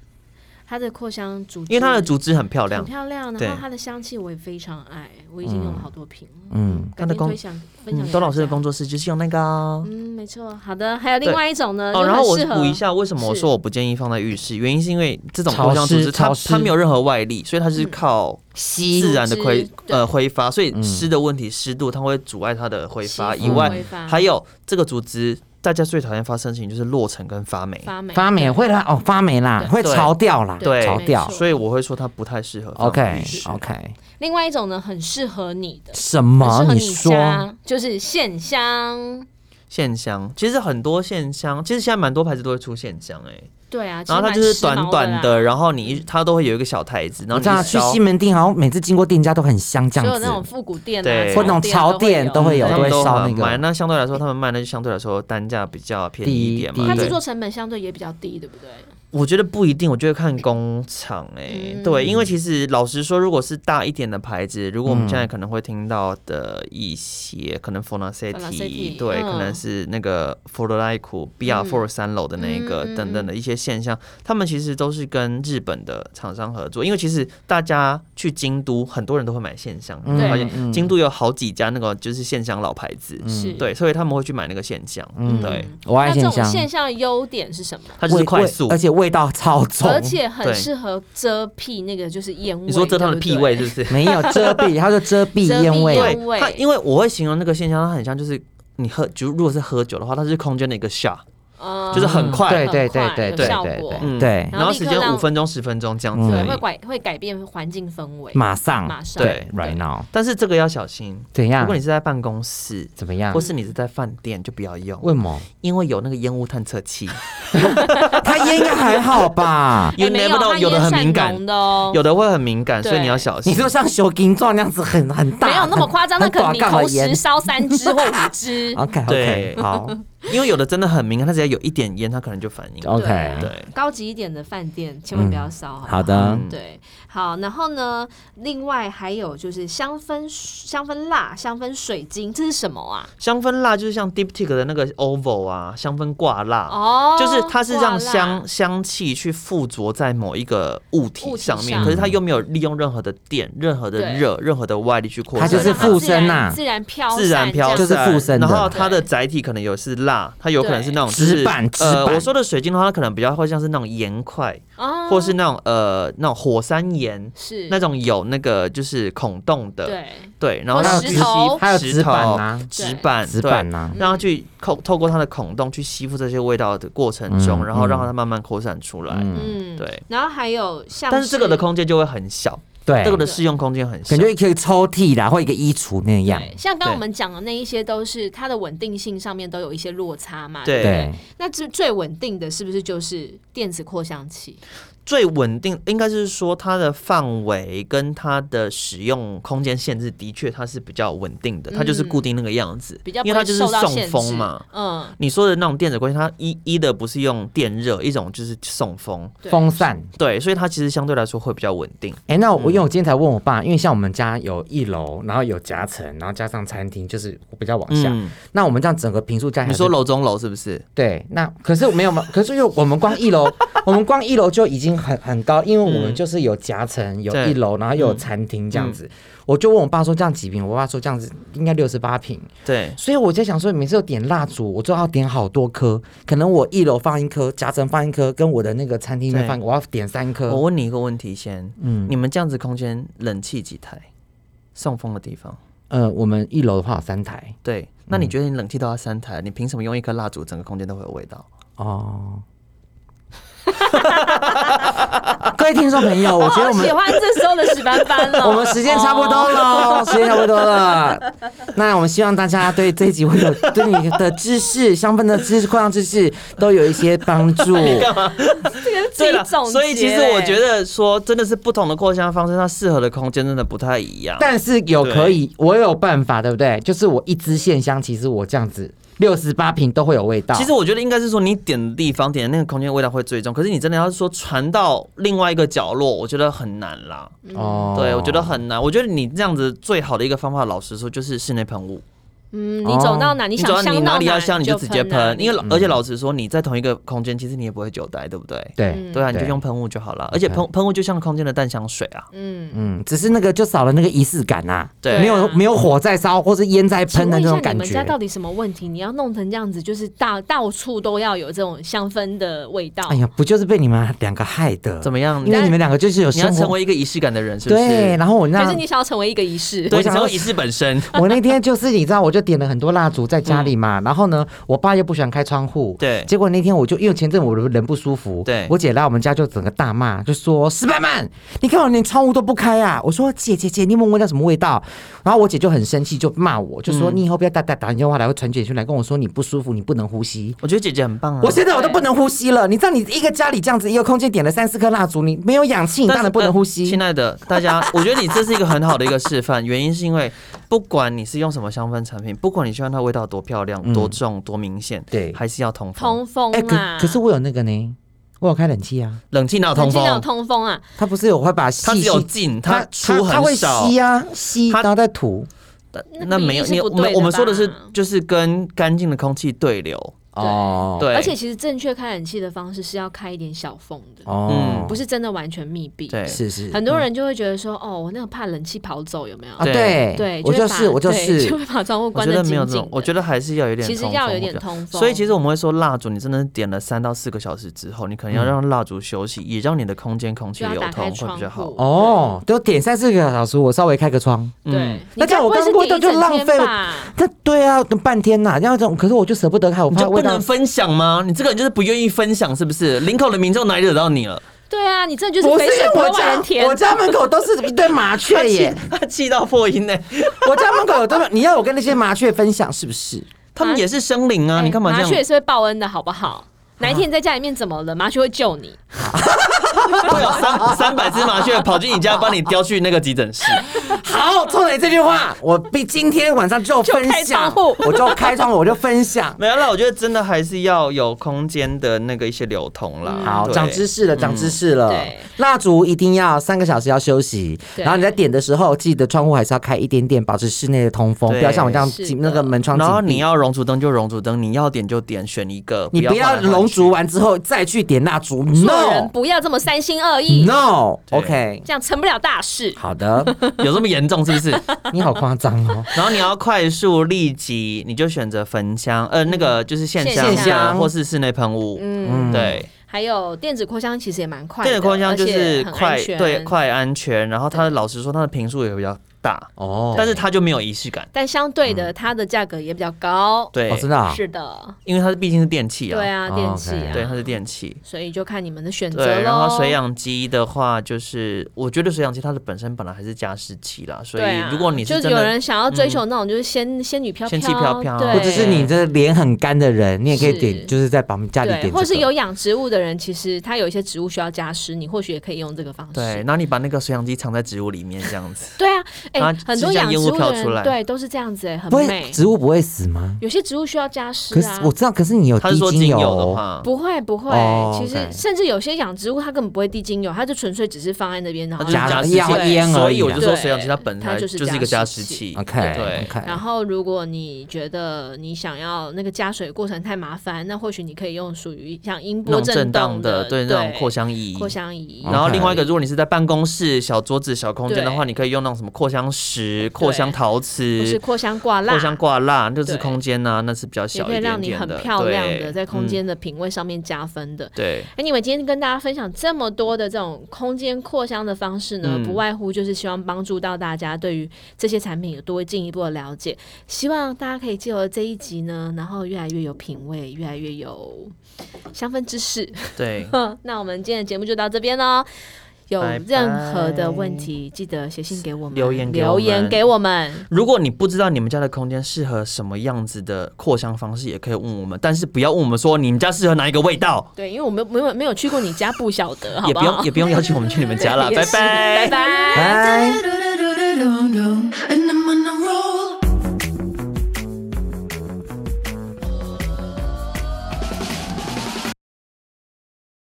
Speaker 3: 它的扩香组织，
Speaker 2: 因为它的竹枝很漂亮
Speaker 3: 很，漂亮，
Speaker 2: 对
Speaker 3: 然后它的香气我也非常爱，我已经用了好多瓶了。
Speaker 4: 嗯
Speaker 3: 改
Speaker 2: 它的
Speaker 3: 天
Speaker 2: 工
Speaker 3: 推想分享
Speaker 2: 嗯，
Speaker 3: 给
Speaker 2: 董老师的
Speaker 3: 大家
Speaker 2: 工作室就是用那个哦。
Speaker 3: 嗯，没错。好的，还有另
Speaker 2: 对
Speaker 3: 外一种呢，
Speaker 2: 哦，
Speaker 3: 就
Speaker 2: 然后
Speaker 3: 很
Speaker 2: 我
Speaker 3: 适合
Speaker 2: 补一，下，为什么我
Speaker 3: 是
Speaker 2: 说我不建议放在浴室？原因是因为这种
Speaker 4: 潮
Speaker 2: 扩香组
Speaker 4: 湿
Speaker 2: 织，它
Speaker 4: 潮湿
Speaker 2: 它没有任何外力，所以它
Speaker 3: 嗯
Speaker 2: 是靠
Speaker 4: 吸
Speaker 2: 自然的挥
Speaker 3: 组织
Speaker 2: 呃挥发，所以
Speaker 4: 嗯
Speaker 2: 湿的问题，湿度它会阻碍它的挥发
Speaker 3: 吸
Speaker 2: 以
Speaker 3: 附
Speaker 2: 外，
Speaker 3: 挥发
Speaker 2: 还有这个组织大家最讨厌发生的事情就是落尘跟发霉。
Speaker 3: 发霉，
Speaker 4: 发霉会啦，哦，发霉啦，会
Speaker 2: 对
Speaker 4: 潮掉啦，
Speaker 2: 对
Speaker 4: 潮掉
Speaker 3: 没。错
Speaker 2: 所以我会说它不太适合放
Speaker 4: OK
Speaker 2: 浴室
Speaker 4: OK，
Speaker 3: 另外一种呢，很适合你的，
Speaker 4: 什么
Speaker 3: 很适？啊合
Speaker 4: 你
Speaker 3: 你
Speaker 4: 说
Speaker 3: 家，就是线香。
Speaker 2: 线香其实很多线香，其实现在蛮多牌子都会出线香哎、
Speaker 3: 对啊，
Speaker 2: 然后它
Speaker 3: 其
Speaker 2: 就
Speaker 3: 实蛮
Speaker 2: 是
Speaker 3: 时
Speaker 2: 短
Speaker 3: 髦
Speaker 2: 短
Speaker 3: 的啦，嗯
Speaker 2: 的，然后你一它都会有一个小台子，然
Speaker 4: 我
Speaker 2: 后
Speaker 4: 知道
Speaker 2: 你
Speaker 4: 去
Speaker 2: 烧
Speaker 4: 西。门町，好像每次经过店家都很香这
Speaker 3: 所有
Speaker 4: 样
Speaker 3: 那种
Speaker 4: 子。
Speaker 3: 复古店
Speaker 2: 对
Speaker 3: 啊，
Speaker 2: 或
Speaker 4: 那种
Speaker 3: 潮
Speaker 4: 潮店都会
Speaker 3: 嗯
Speaker 4: 有
Speaker 2: 他
Speaker 4: 都
Speaker 2: 们
Speaker 4: 会
Speaker 2: 都
Speaker 4: 烧
Speaker 2: 很
Speaker 4: 那个
Speaker 2: 卖，那相对来说，他们卖那就相对来说单价比较便宜一点
Speaker 4: 低
Speaker 2: 嘛。
Speaker 3: 它
Speaker 4: 低
Speaker 3: 制
Speaker 2: 对，
Speaker 3: 作成本相对也比较低，对不对？
Speaker 2: 我觉得不一定，我觉得看工厂哎、
Speaker 3: 嗯
Speaker 2: 对，因为其实老实说，如果是大一点的牌子，如果我们
Speaker 4: 嗯
Speaker 2: 现在可能会听到的一些，可能 Fornasetti，
Speaker 3: Fornasetti，
Speaker 2: 对，
Speaker 3: 嗯
Speaker 2: 可能是那个佛罗莱库 BR Four 三楼的那一个
Speaker 3: 嗯嗯嗯
Speaker 2: 等等的一些现象，他们其实都是跟日本的厂商合作，因为其实大家去京都，很多人都会买线香，你
Speaker 4: 嗯
Speaker 2: 会发现
Speaker 4: 嗯
Speaker 2: 京都有好几家那个就是线香老牌子，
Speaker 3: 是，
Speaker 2: 对，所以他们会去买那个线香，
Speaker 4: 嗯
Speaker 2: 对，
Speaker 4: 我
Speaker 3: 那
Speaker 4: 爱
Speaker 3: 这
Speaker 4: 线
Speaker 3: 种
Speaker 4: 香，
Speaker 3: 现象的优点是什么？
Speaker 2: 它就是
Speaker 4: 味
Speaker 2: 快
Speaker 4: 味
Speaker 2: 速
Speaker 4: 而。且味道超重，
Speaker 3: 而且
Speaker 2: 对
Speaker 3: 很适合遮蔽那个就是烟味。
Speaker 2: 你说遮它的
Speaker 3: 对不
Speaker 2: 屁
Speaker 3: 对
Speaker 2: 味是不 是？
Speaker 4: 没有遮蔽，它就遮蔽
Speaker 3: 遮蔽
Speaker 4: 烟味。
Speaker 3: 烟
Speaker 2: 对，它因为我会形容那个现象，它很像就是你喝，就如果是喝酒的话，它是空间的一个 shot，
Speaker 3: 嗯
Speaker 2: 就是很快
Speaker 4: 对对
Speaker 3: 很
Speaker 4: 对
Speaker 3: 快
Speaker 4: 对
Speaker 3: 有
Speaker 4: 对
Speaker 3: 效
Speaker 4: 对
Speaker 3: 果
Speaker 4: 对
Speaker 2: 嗯
Speaker 4: 对
Speaker 2: 然后
Speaker 3: 立
Speaker 2: 时
Speaker 3: 刻
Speaker 2: 间
Speaker 3: 让
Speaker 2: 五分钟、十分钟这样子
Speaker 4: 嗯
Speaker 2: 而
Speaker 3: 对，
Speaker 2: 已
Speaker 3: 会改会改变环境氛围。哎
Speaker 4: 马上
Speaker 3: 马上
Speaker 4: 对
Speaker 2: 对
Speaker 4: ，right now
Speaker 2: 但是这个要小心，
Speaker 4: 怎
Speaker 2: 如
Speaker 4: 样
Speaker 2: 果？你是在办公室，
Speaker 4: 怎么样
Speaker 2: 或？是你是在饭店，就不要用，
Speaker 4: 为什么？
Speaker 2: 因为有那个烟雾探测器。？
Speaker 4: 它烟应该还好吧
Speaker 2: You
Speaker 3: 哎没
Speaker 2: never know，
Speaker 3: 它
Speaker 2: 有的
Speaker 3: 烟
Speaker 2: 很
Speaker 3: 算
Speaker 2: 敏感
Speaker 3: 浓的哦，
Speaker 2: 有的会很敏感，所以你要小 心。
Speaker 4: 你说像小金状那样子很很大，
Speaker 3: 没有那么夸张，那
Speaker 4: 很
Speaker 3: 可能
Speaker 4: 很
Speaker 3: 你
Speaker 4: 大杠
Speaker 3: 同
Speaker 4: 的烟
Speaker 3: 时
Speaker 4: 哦。
Speaker 3: 烧三支或五支
Speaker 4: OK
Speaker 2: 对
Speaker 4: OK，好，
Speaker 2: 因为有的真的很敏感，他只要有一点烟，他可能就反应。
Speaker 4: OK，
Speaker 2: 对，
Speaker 3: 高级一点的饭店千万不要烧、好不好
Speaker 4: 好的，
Speaker 2: 嗯
Speaker 3: 对，好，然后呢，另外还有就是香氛香氛蜡、香氛水晶，这是什么啊？
Speaker 2: 香氛蜡就是像 Diptyque 的那个 Oval 啊，香氛挂蜡。
Speaker 3: 哦，
Speaker 2: 就是它是让
Speaker 3: 挂蜡
Speaker 2: 香香气去附着在某一个物体
Speaker 3: 物体
Speaker 2: 上面，
Speaker 3: 上
Speaker 2: 可是它又没有利用任何的电、任何的
Speaker 3: 对
Speaker 2: 热、任何的外力去扩散，
Speaker 4: 它就是
Speaker 3: 让它
Speaker 4: 附身啊呐
Speaker 3: 自然飘
Speaker 2: 自然飘
Speaker 4: 散就是附身的
Speaker 2: 然后它的载体可能有是蜡，它有可能是那种就是
Speaker 4: 纸板纸
Speaker 2: 呃，
Speaker 4: 板
Speaker 2: 我说的水晶的话，它可能比较会像是那种盐块，
Speaker 3: 哦，
Speaker 2: 或是那种呃那种火山岩。
Speaker 3: 是
Speaker 2: 那种有那个就是孔洞的，
Speaker 3: 对
Speaker 2: 对然后
Speaker 3: 或
Speaker 2: 让它
Speaker 3: 石
Speaker 2: 去吸
Speaker 3: 头
Speaker 4: 还有
Speaker 2: 石
Speaker 4: 纸
Speaker 2: 头
Speaker 4: 板啊
Speaker 2: 纸板，
Speaker 4: 纸
Speaker 2: 嗯对
Speaker 4: 板啊
Speaker 3: 嗯
Speaker 4: 呐，
Speaker 2: 让它去透透过它的孔洞去吸附这些味道的过程中，
Speaker 4: 嗯
Speaker 2: 然后让
Speaker 4: 嗯
Speaker 2: 它慢慢扩散出来。
Speaker 4: 嗯，
Speaker 3: 嗯，
Speaker 2: 对，
Speaker 3: 然后还有像
Speaker 2: 但是这个的空间就会很小，
Speaker 4: 对
Speaker 2: 这，个的适用空间很小
Speaker 4: 感。觉可以抽屉啦，或一个衣橱那样，
Speaker 3: 对，像刚刚
Speaker 2: 对
Speaker 3: 我们讲的那一些，都是它的稳定性上面都有一些落差嘛。
Speaker 2: 对
Speaker 3: 不
Speaker 4: 对，
Speaker 3: 那最最稳定的是不是就是电子扩香器？
Speaker 2: 最稳定应该是说它的范围跟它的使用空间限制，的确它是比较稳定的，它就是固定那个样子，
Speaker 3: 嗯比较
Speaker 2: 因为它就是
Speaker 3: 不会受到限
Speaker 2: 送
Speaker 3: 制
Speaker 2: 风嘛。
Speaker 3: 嗯，
Speaker 2: 你说的那种电子关系，它一一的不是用电热，一种就是送风，
Speaker 3: 对
Speaker 4: 风扇。
Speaker 2: 对，所以它其实相对来说会比较稳定。
Speaker 4: 哎、那我因为我今天才问我爸，因为像我们家有一楼，然后有夹层，然后加上餐厅，就是比较往下。
Speaker 2: 嗯，
Speaker 4: 那我们这样整个平数加起来，
Speaker 2: 你说楼中楼是不是？
Speaker 4: 对，那可是我没有嘛， 可是因为我们光一楼， 我们光一楼就已经很很高，因为我们
Speaker 2: 嗯
Speaker 4: 就是有夹层，有
Speaker 2: 对嗯
Speaker 4: 一楼，然后又有餐厅这样子。我就问我爸说这样几平，我爸说这样子应该六十八平，
Speaker 2: 对，
Speaker 4: 所以我在想说每次有点蜡烛，我就要点好多颗，可能我一楼放一颗，夹层放一颗，跟我的那个餐厅
Speaker 2: 对
Speaker 4: 放，我要点三颗。
Speaker 2: 我问你一个问题先，
Speaker 4: 嗯
Speaker 2: 你们这样子空间冷气几台？送风的地方，
Speaker 4: 呃，我们一楼的话有三台
Speaker 2: 对，那
Speaker 4: 嗯
Speaker 2: 你觉得你冷气都要三台，你凭什么用一颗蜡烛，整个空间都会有味道？
Speaker 4: 哦。 各位听众朋友，我觉得
Speaker 3: 好
Speaker 4: 我们
Speaker 3: 哦喜欢这时候的史班班 了。 哦
Speaker 4: 我们时间差不多
Speaker 2: 哦
Speaker 4: 了，时间差不多了。那我们希望大家对这一集会 有对你的知识、香氛的知识、扩张知识都有一些 帮助。
Speaker 2: 对
Speaker 3: 这
Speaker 2: 了，
Speaker 3: 一总结
Speaker 2: 所以其实我觉得说，真的是不同的扩香方式，它适合的空间真的不太一样。
Speaker 4: 但是有可以，我有办法，对不对？就是我一支线香，其实我这样子六十八瓶都会有味道。
Speaker 2: 其实我觉得应该是说，你点的地方、点的那个空间味道会最重。可是你真的要是说传到另外一个角落，我觉得很难啦。
Speaker 4: 哦
Speaker 2: 对，我觉得很难。我觉得你这样子最好的一个方法，老实说就是室内喷雾。
Speaker 3: 嗯，你走到哪，
Speaker 2: 哦你
Speaker 3: 你想
Speaker 2: 只要
Speaker 3: 香
Speaker 2: 你
Speaker 3: 到
Speaker 2: 哪里要香，你就直接
Speaker 3: 啊
Speaker 2: 喷。因为老而且老实说，你在同一个空间，其实你也不会久待，对不对？
Speaker 3: 嗯
Speaker 4: 对，
Speaker 2: 对啊，你就
Speaker 4: 对
Speaker 2: 用喷雾就好了。而且
Speaker 4: OK
Speaker 2: 喷喷雾就像空间的淡香水啊。
Speaker 3: 嗯，
Speaker 4: 嗯，只是那个就少了那个仪式感呐、啊，
Speaker 2: 对
Speaker 4: 没有没有火在烧或是烟在
Speaker 3: 请
Speaker 4: 喷的
Speaker 3: 问一
Speaker 4: 那
Speaker 3: 下
Speaker 4: 种
Speaker 3: 你
Speaker 4: 感
Speaker 3: 们家
Speaker 4: 觉。
Speaker 3: 到底什么问题？你要弄成这样子，就是到到处都要有这种香氛的味道。
Speaker 4: 哎呀，不就是被你们两个害的？
Speaker 2: 怎么样？
Speaker 4: 因为
Speaker 2: 你
Speaker 4: 你们两个就是有
Speaker 2: 你要
Speaker 4: 生
Speaker 2: 成
Speaker 4: 活
Speaker 2: 为一个仪式感的人，是不是？
Speaker 4: 对，然后我
Speaker 3: 可
Speaker 4: 那
Speaker 3: 是你想要成为一个仪式，
Speaker 2: 对，
Speaker 4: 我想
Speaker 2: 成
Speaker 4: 要
Speaker 2: 为仪式本身。
Speaker 4: 我那天就是你知道，我就点了很多蜡烛在家里嘛，然后呢，我爸又不喜欢开窗户，
Speaker 2: 嗯对
Speaker 4: 结果那天我就因为前阵我人不舒服，
Speaker 2: 对
Speaker 4: 我姐来我们家就整个大骂，就说石板板，你看我连窗户都不开啊！我说姐姐姐，你有没有闻到什么味道？然后我姐就很生气，就骂我，就
Speaker 2: 嗯
Speaker 4: 说、你以后不要打打打电话来，会传简讯来跟我说你不舒服，你不能呼吸。
Speaker 2: 我觉得姐姐很棒啊。
Speaker 4: 我现在我都不能呼吸了，你知道你一个家里这样子一个空间点了三四颗蜡烛，你没有氧气，你
Speaker 2: 但是
Speaker 4: 当然不能呼吸
Speaker 2: 呃。亲爱 的大家，我觉得你这是一个很好的一个示范，原因是因为不管你是用什么香氛产品，不管你希望它味道多漂亮、多重、多明显，
Speaker 4: 对
Speaker 2: 还是要通风。
Speaker 3: 通风
Speaker 4: 哎、
Speaker 3: 啊！
Speaker 4: 可可是我有那个呢，我有开冷气啊。
Speaker 2: 冷气哪有
Speaker 3: 冷
Speaker 2: 通
Speaker 3: 气要有
Speaker 2: 风？
Speaker 3: 通风啊！
Speaker 4: 它不是有会把细
Speaker 2: 它只有
Speaker 4: 细
Speaker 2: 进，
Speaker 4: 它
Speaker 2: 出
Speaker 4: 它会
Speaker 2: 很少。
Speaker 4: 吸啊，吸，
Speaker 2: 它
Speaker 4: 然后再吐。
Speaker 2: 那没有
Speaker 3: 那比例
Speaker 2: 你，
Speaker 3: 是不
Speaker 2: 我们
Speaker 3: 对的
Speaker 2: 我们说的是
Speaker 3: 吧
Speaker 2: 就是跟干净的空气对流。
Speaker 4: 哦，
Speaker 2: 对，
Speaker 3: 而且其实正确开冷气的方式是要开一点小缝的，
Speaker 4: 哦
Speaker 2: 嗯，
Speaker 3: 不是真的完全密闭。
Speaker 2: 对
Speaker 4: 是是
Speaker 3: 很多人就会觉得说，哦，我那个怕冷气跑走，有没有
Speaker 4: 啊，？
Speaker 2: 对
Speaker 4: 对
Speaker 3: 对，
Speaker 4: 我
Speaker 3: 就
Speaker 4: 就
Speaker 3: 会把
Speaker 4: 是我就，
Speaker 3: 对 就是会把窗户
Speaker 2: 我
Speaker 3: 关
Speaker 2: 觉
Speaker 3: 得
Speaker 2: 得
Speaker 3: 紧
Speaker 2: 没有
Speaker 3: 紧
Speaker 2: 这种
Speaker 3: 的。，
Speaker 2: 我觉得还是要有一点
Speaker 3: 其
Speaker 2: 通
Speaker 3: 实
Speaker 2: 风。
Speaker 3: 要有
Speaker 2: 我觉
Speaker 3: 点
Speaker 2: 得
Speaker 3: 通风，
Speaker 2: 所以其实我们会说，蜡烛你真的点了三到四个小时之后，你可能要让蜡烛休息，也让你的空间空气
Speaker 3: 就要
Speaker 2: 流
Speaker 3: 打
Speaker 2: 通
Speaker 3: 开
Speaker 2: 会
Speaker 3: 窗
Speaker 2: 比较好
Speaker 3: 户。。
Speaker 4: 哦，都点三四个小时，我稍微开个窗。
Speaker 2: 嗯
Speaker 3: 对，
Speaker 4: 那这样我
Speaker 3: 你该
Speaker 4: 刚
Speaker 3: 不会
Speaker 4: 刚
Speaker 3: 是点
Speaker 4: 就
Speaker 3: 一整
Speaker 4: 浪费
Speaker 3: 天
Speaker 4: 了
Speaker 3: 吧
Speaker 4: 那对啊，半天呐，要这种，可是我就舍不得开，我
Speaker 2: 你
Speaker 4: 怕
Speaker 2: 就不
Speaker 4: 味道
Speaker 2: 能。分享吗？你这个人就是不愿意分享，是不是？林口的民众哪里惹到你了？
Speaker 3: 对啊，你这就是
Speaker 4: 不
Speaker 3: 肥水
Speaker 4: 是
Speaker 3: 不
Speaker 4: 我
Speaker 3: 落人
Speaker 4: 家，
Speaker 3: 田
Speaker 4: 我。家门口都是一堆 麻雀耶！
Speaker 2: 他气到破音
Speaker 3: 啊
Speaker 2: 呢、
Speaker 4: 我家门口有这么，你要我跟那些麻雀分享是不是？
Speaker 2: 他们也是生灵啊，
Speaker 3: 哎
Speaker 2: 你干嘛这
Speaker 3: 麻雀也
Speaker 2: 样？啊
Speaker 3: 是会报恩的好不好？哪一天你在家里面怎么了，麻雀会救你。
Speaker 2: 会有啊三三百只麻雀跑进你 家，帮你叼去那个急诊室。
Speaker 4: 好，冲你这句话，我必今天晚上就分
Speaker 3: 就开窗
Speaker 4: 享
Speaker 3: 户，
Speaker 4: 我就开窗户，我就分享。
Speaker 2: 没有啦，我觉得真的还是要有空间的那个一些流通
Speaker 3: 嗯
Speaker 2: 啦。嗯
Speaker 4: 好，
Speaker 2: 对
Speaker 4: 长知识了，长知识了
Speaker 3: 对。
Speaker 4: 蜡烛一定要三个小时要休息，
Speaker 3: 对
Speaker 4: 然后你在点的时候，记得窗户还是要开一点点，保持室内的通风，
Speaker 2: 对
Speaker 4: 不要像我这样
Speaker 3: 是
Speaker 4: 紧
Speaker 3: 的
Speaker 4: 那个门窗紧
Speaker 2: 然
Speaker 4: 闭。
Speaker 2: 后你要熔烛灯就熔烛灯，你要点就点，选一个。
Speaker 4: 你不
Speaker 2: 换
Speaker 4: 要啊
Speaker 2: 来换
Speaker 4: 熔
Speaker 2: 去
Speaker 4: 烛 完之后再去点蜡烛
Speaker 3: 做人
Speaker 4: ，no
Speaker 3: 不要这么三心二意，
Speaker 2: 对
Speaker 4: no，OK，
Speaker 3: 这样成不了大事。
Speaker 4: 好的，
Speaker 2: 有这么严重是不是？
Speaker 4: 你好夸张哦。
Speaker 2: 然后你要快速立即，你就选择焚香，呃，那个就是线
Speaker 3: 嗯线
Speaker 2: 香的
Speaker 4: 香
Speaker 2: 或是室内喷雾。
Speaker 3: 嗯，
Speaker 2: 对，
Speaker 3: 还有电子扩香其实也蛮快的，
Speaker 2: 电子扩香就
Speaker 3: 而
Speaker 2: 是
Speaker 3: 且很
Speaker 2: 快
Speaker 3: 安，全
Speaker 2: 对，。快安全。然后它老实说，它的频数也比较大，
Speaker 4: 哦
Speaker 2: 但是它就没有仪式感。
Speaker 3: 但相对的，它的价格也比较高。
Speaker 2: 嗯对
Speaker 4: 哦，，真的啊，
Speaker 3: 是的，
Speaker 2: 因为它毕竟是电器啊，
Speaker 3: 对啊，
Speaker 4: 哦
Speaker 3: 电器
Speaker 4: OK
Speaker 3: 啊，
Speaker 2: 对，它是电器。
Speaker 3: 所以就看你们的选择
Speaker 2: 对，
Speaker 3: 喽。
Speaker 2: 然后水氧机的话，就是我觉得水氧机它的本身本来还是加湿器啦，所
Speaker 3: 对
Speaker 2: 以
Speaker 3: 啊，
Speaker 2: 如果你
Speaker 3: 就是是
Speaker 2: 真
Speaker 3: 有
Speaker 2: 的嗯
Speaker 3: 人想要追求那种就是仙仙女飘
Speaker 2: 仙气飘飘
Speaker 3: 对，
Speaker 4: 或者是你这脸很干的人，你也可以
Speaker 3: 是
Speaker 4: 点，就是在旁家里点这
Speaker 3: 对，
Speaker 4: 个，
Speaker 3: 或是有养植物的人，其实他有一些植物需要加湿，你或许也可以用这个方式。
Speaker 2: 对，然后你把那个水氧机藏在植物里面这样 子，
Speaker 3: 对啊，哎、
Speaker 2: 啊
Speaker 3: 很多
Speaker 2: 就像
Speaker 3: 养植
Speaker 2: 烟雾
Speaker 3: 物的
Speaker 2: 飘出
Speaker 3: 人
Speaker 2: 来
Speaker 3: 对都是这样子、哎，很
Speaker 4: 不会
Speaker 3: 美。
Speaker 4: 植物不会死吗？
Speaker 3: 有些植物需要加湿
Speaker 4: 可是
Speaker 3: 啊，
Speaker 4: 我知道，可是你有
Speaker 2: 他是
Speaker 4: 滴
Speaker 2: 说
Speaker 4: 精
Speaker 2: 精
Speaker 4: 油
Speaker 2: 油的
Speaker 4: 哦，
Speaker 2: 话，
Speaker 3: 不会不会，
Speaker 4: 哦
Speaker 3: 其实
Speaker 4: OK
Speaker 3: 甚至有些养植物它根本不会滴精油，它就纯粹只是放在那边，然
Speaker 2: 它就
Speaker 3: 后
Speaker 2: 是加湿
Speaker 4: 加了
Speaker 2: 器，
Speaker 4: 烟
Speaker 2: 所
Speaker 4: 而已啊
Speaker 2: 以我就说
Speaker 3: 对
Speaker 2: 水氧机它本来
Speaker 3: 它就是
Speaker 2: 就是一个加
Speaker 3: 加
Speaker 2: 湿
Speaker 3: 湿
Speaker 2: 器
Speaker 3: 器。
Speaker 4: ，OK
Speaker 2: 对
Speaker 4: OK，
Speaker 3: 然后，如果你觉得你想要那个加水的过程太麻烦，那或许你可以用属于像音
Speaker 2: 那
Speaker 3: 波
Speaker 2: 种震
Speaker 3: 动
Speaker 2: 荡的，对
Speaker 3: 对
Speaker 2: 那种扩香仪。
Speaker 3: 扩香仪，
Speaker 2: 然后另外一个，
Speaker 4: OK
Speaker 2: 如果你是在办公室小桌子、小空间的话，
Speaker 3: 对
Speaker 2: 你可以用那种什么扩香石、扩香陶瓷
Speaker 3: 或、是扩香挂蜡，
Speaker 2: 扩香挂蜡，就是
Speaker 3: 对
Speaker 2: 空间呐、那是比较
Speaker 3: 也
Speaker 2: 小
Speaker 3: 可以
Speaker 2: 一
Speaker 3: 让
Speaker 2: 点
Speaker 3: 你
Speaker 2: 点
Speaker 3: 很
Speaker 2: 的，
Speaker 3: 漂亮
Speaker 2: 对
Speaker 3: 的在
Speaker 2: 嗯
Speaker 3: 空。间的品味上面加分的。
Speaker 2: 对，
Speaker 3: 哎，你们今天跟大家分享这么多的这种空间扩香的方式呢，
Speaker 2: 嗯
Speaker 3: 不外乎就是希望帮助到大家对于这些产品有多进一步的了解。希望大家可以借由这一集呢，然后越来越有品味，越来越有香氛知识。
Speaker 2: 对，
Speaker 3: 那我们今天的节目就到这边喽。有
Speaker 2: 拜拜
Speaker 3: 任何的问题，记得写信给我们，
Speaker 2: 留言给我
Speaker 3: 留
Speaker 2: 们
Speaker 3: 言给我们。
Speaker 2: 如果你不知道你们家的空间适合什么样子的扩香方式，也可以问我们，但是不要问我们说你们家适合哪一个味道，
Speaker 3: 对，因为我们没有没有去过你家，不晓得，好
Speaker 2: 也
Speaker 3: 不
Speaker 2: 不用
Speaker 3: 好
Speaker 2: 也？不用要求我们去你们家了，
Speaker 3: 也
Speaker 2: 拜
Speaker 3: 是
Speaker 2: 拜
Speaker 3: 拜。拜。
Speaker 4: 拜。
Speaker 1: Do-do-do-do-do-do-do.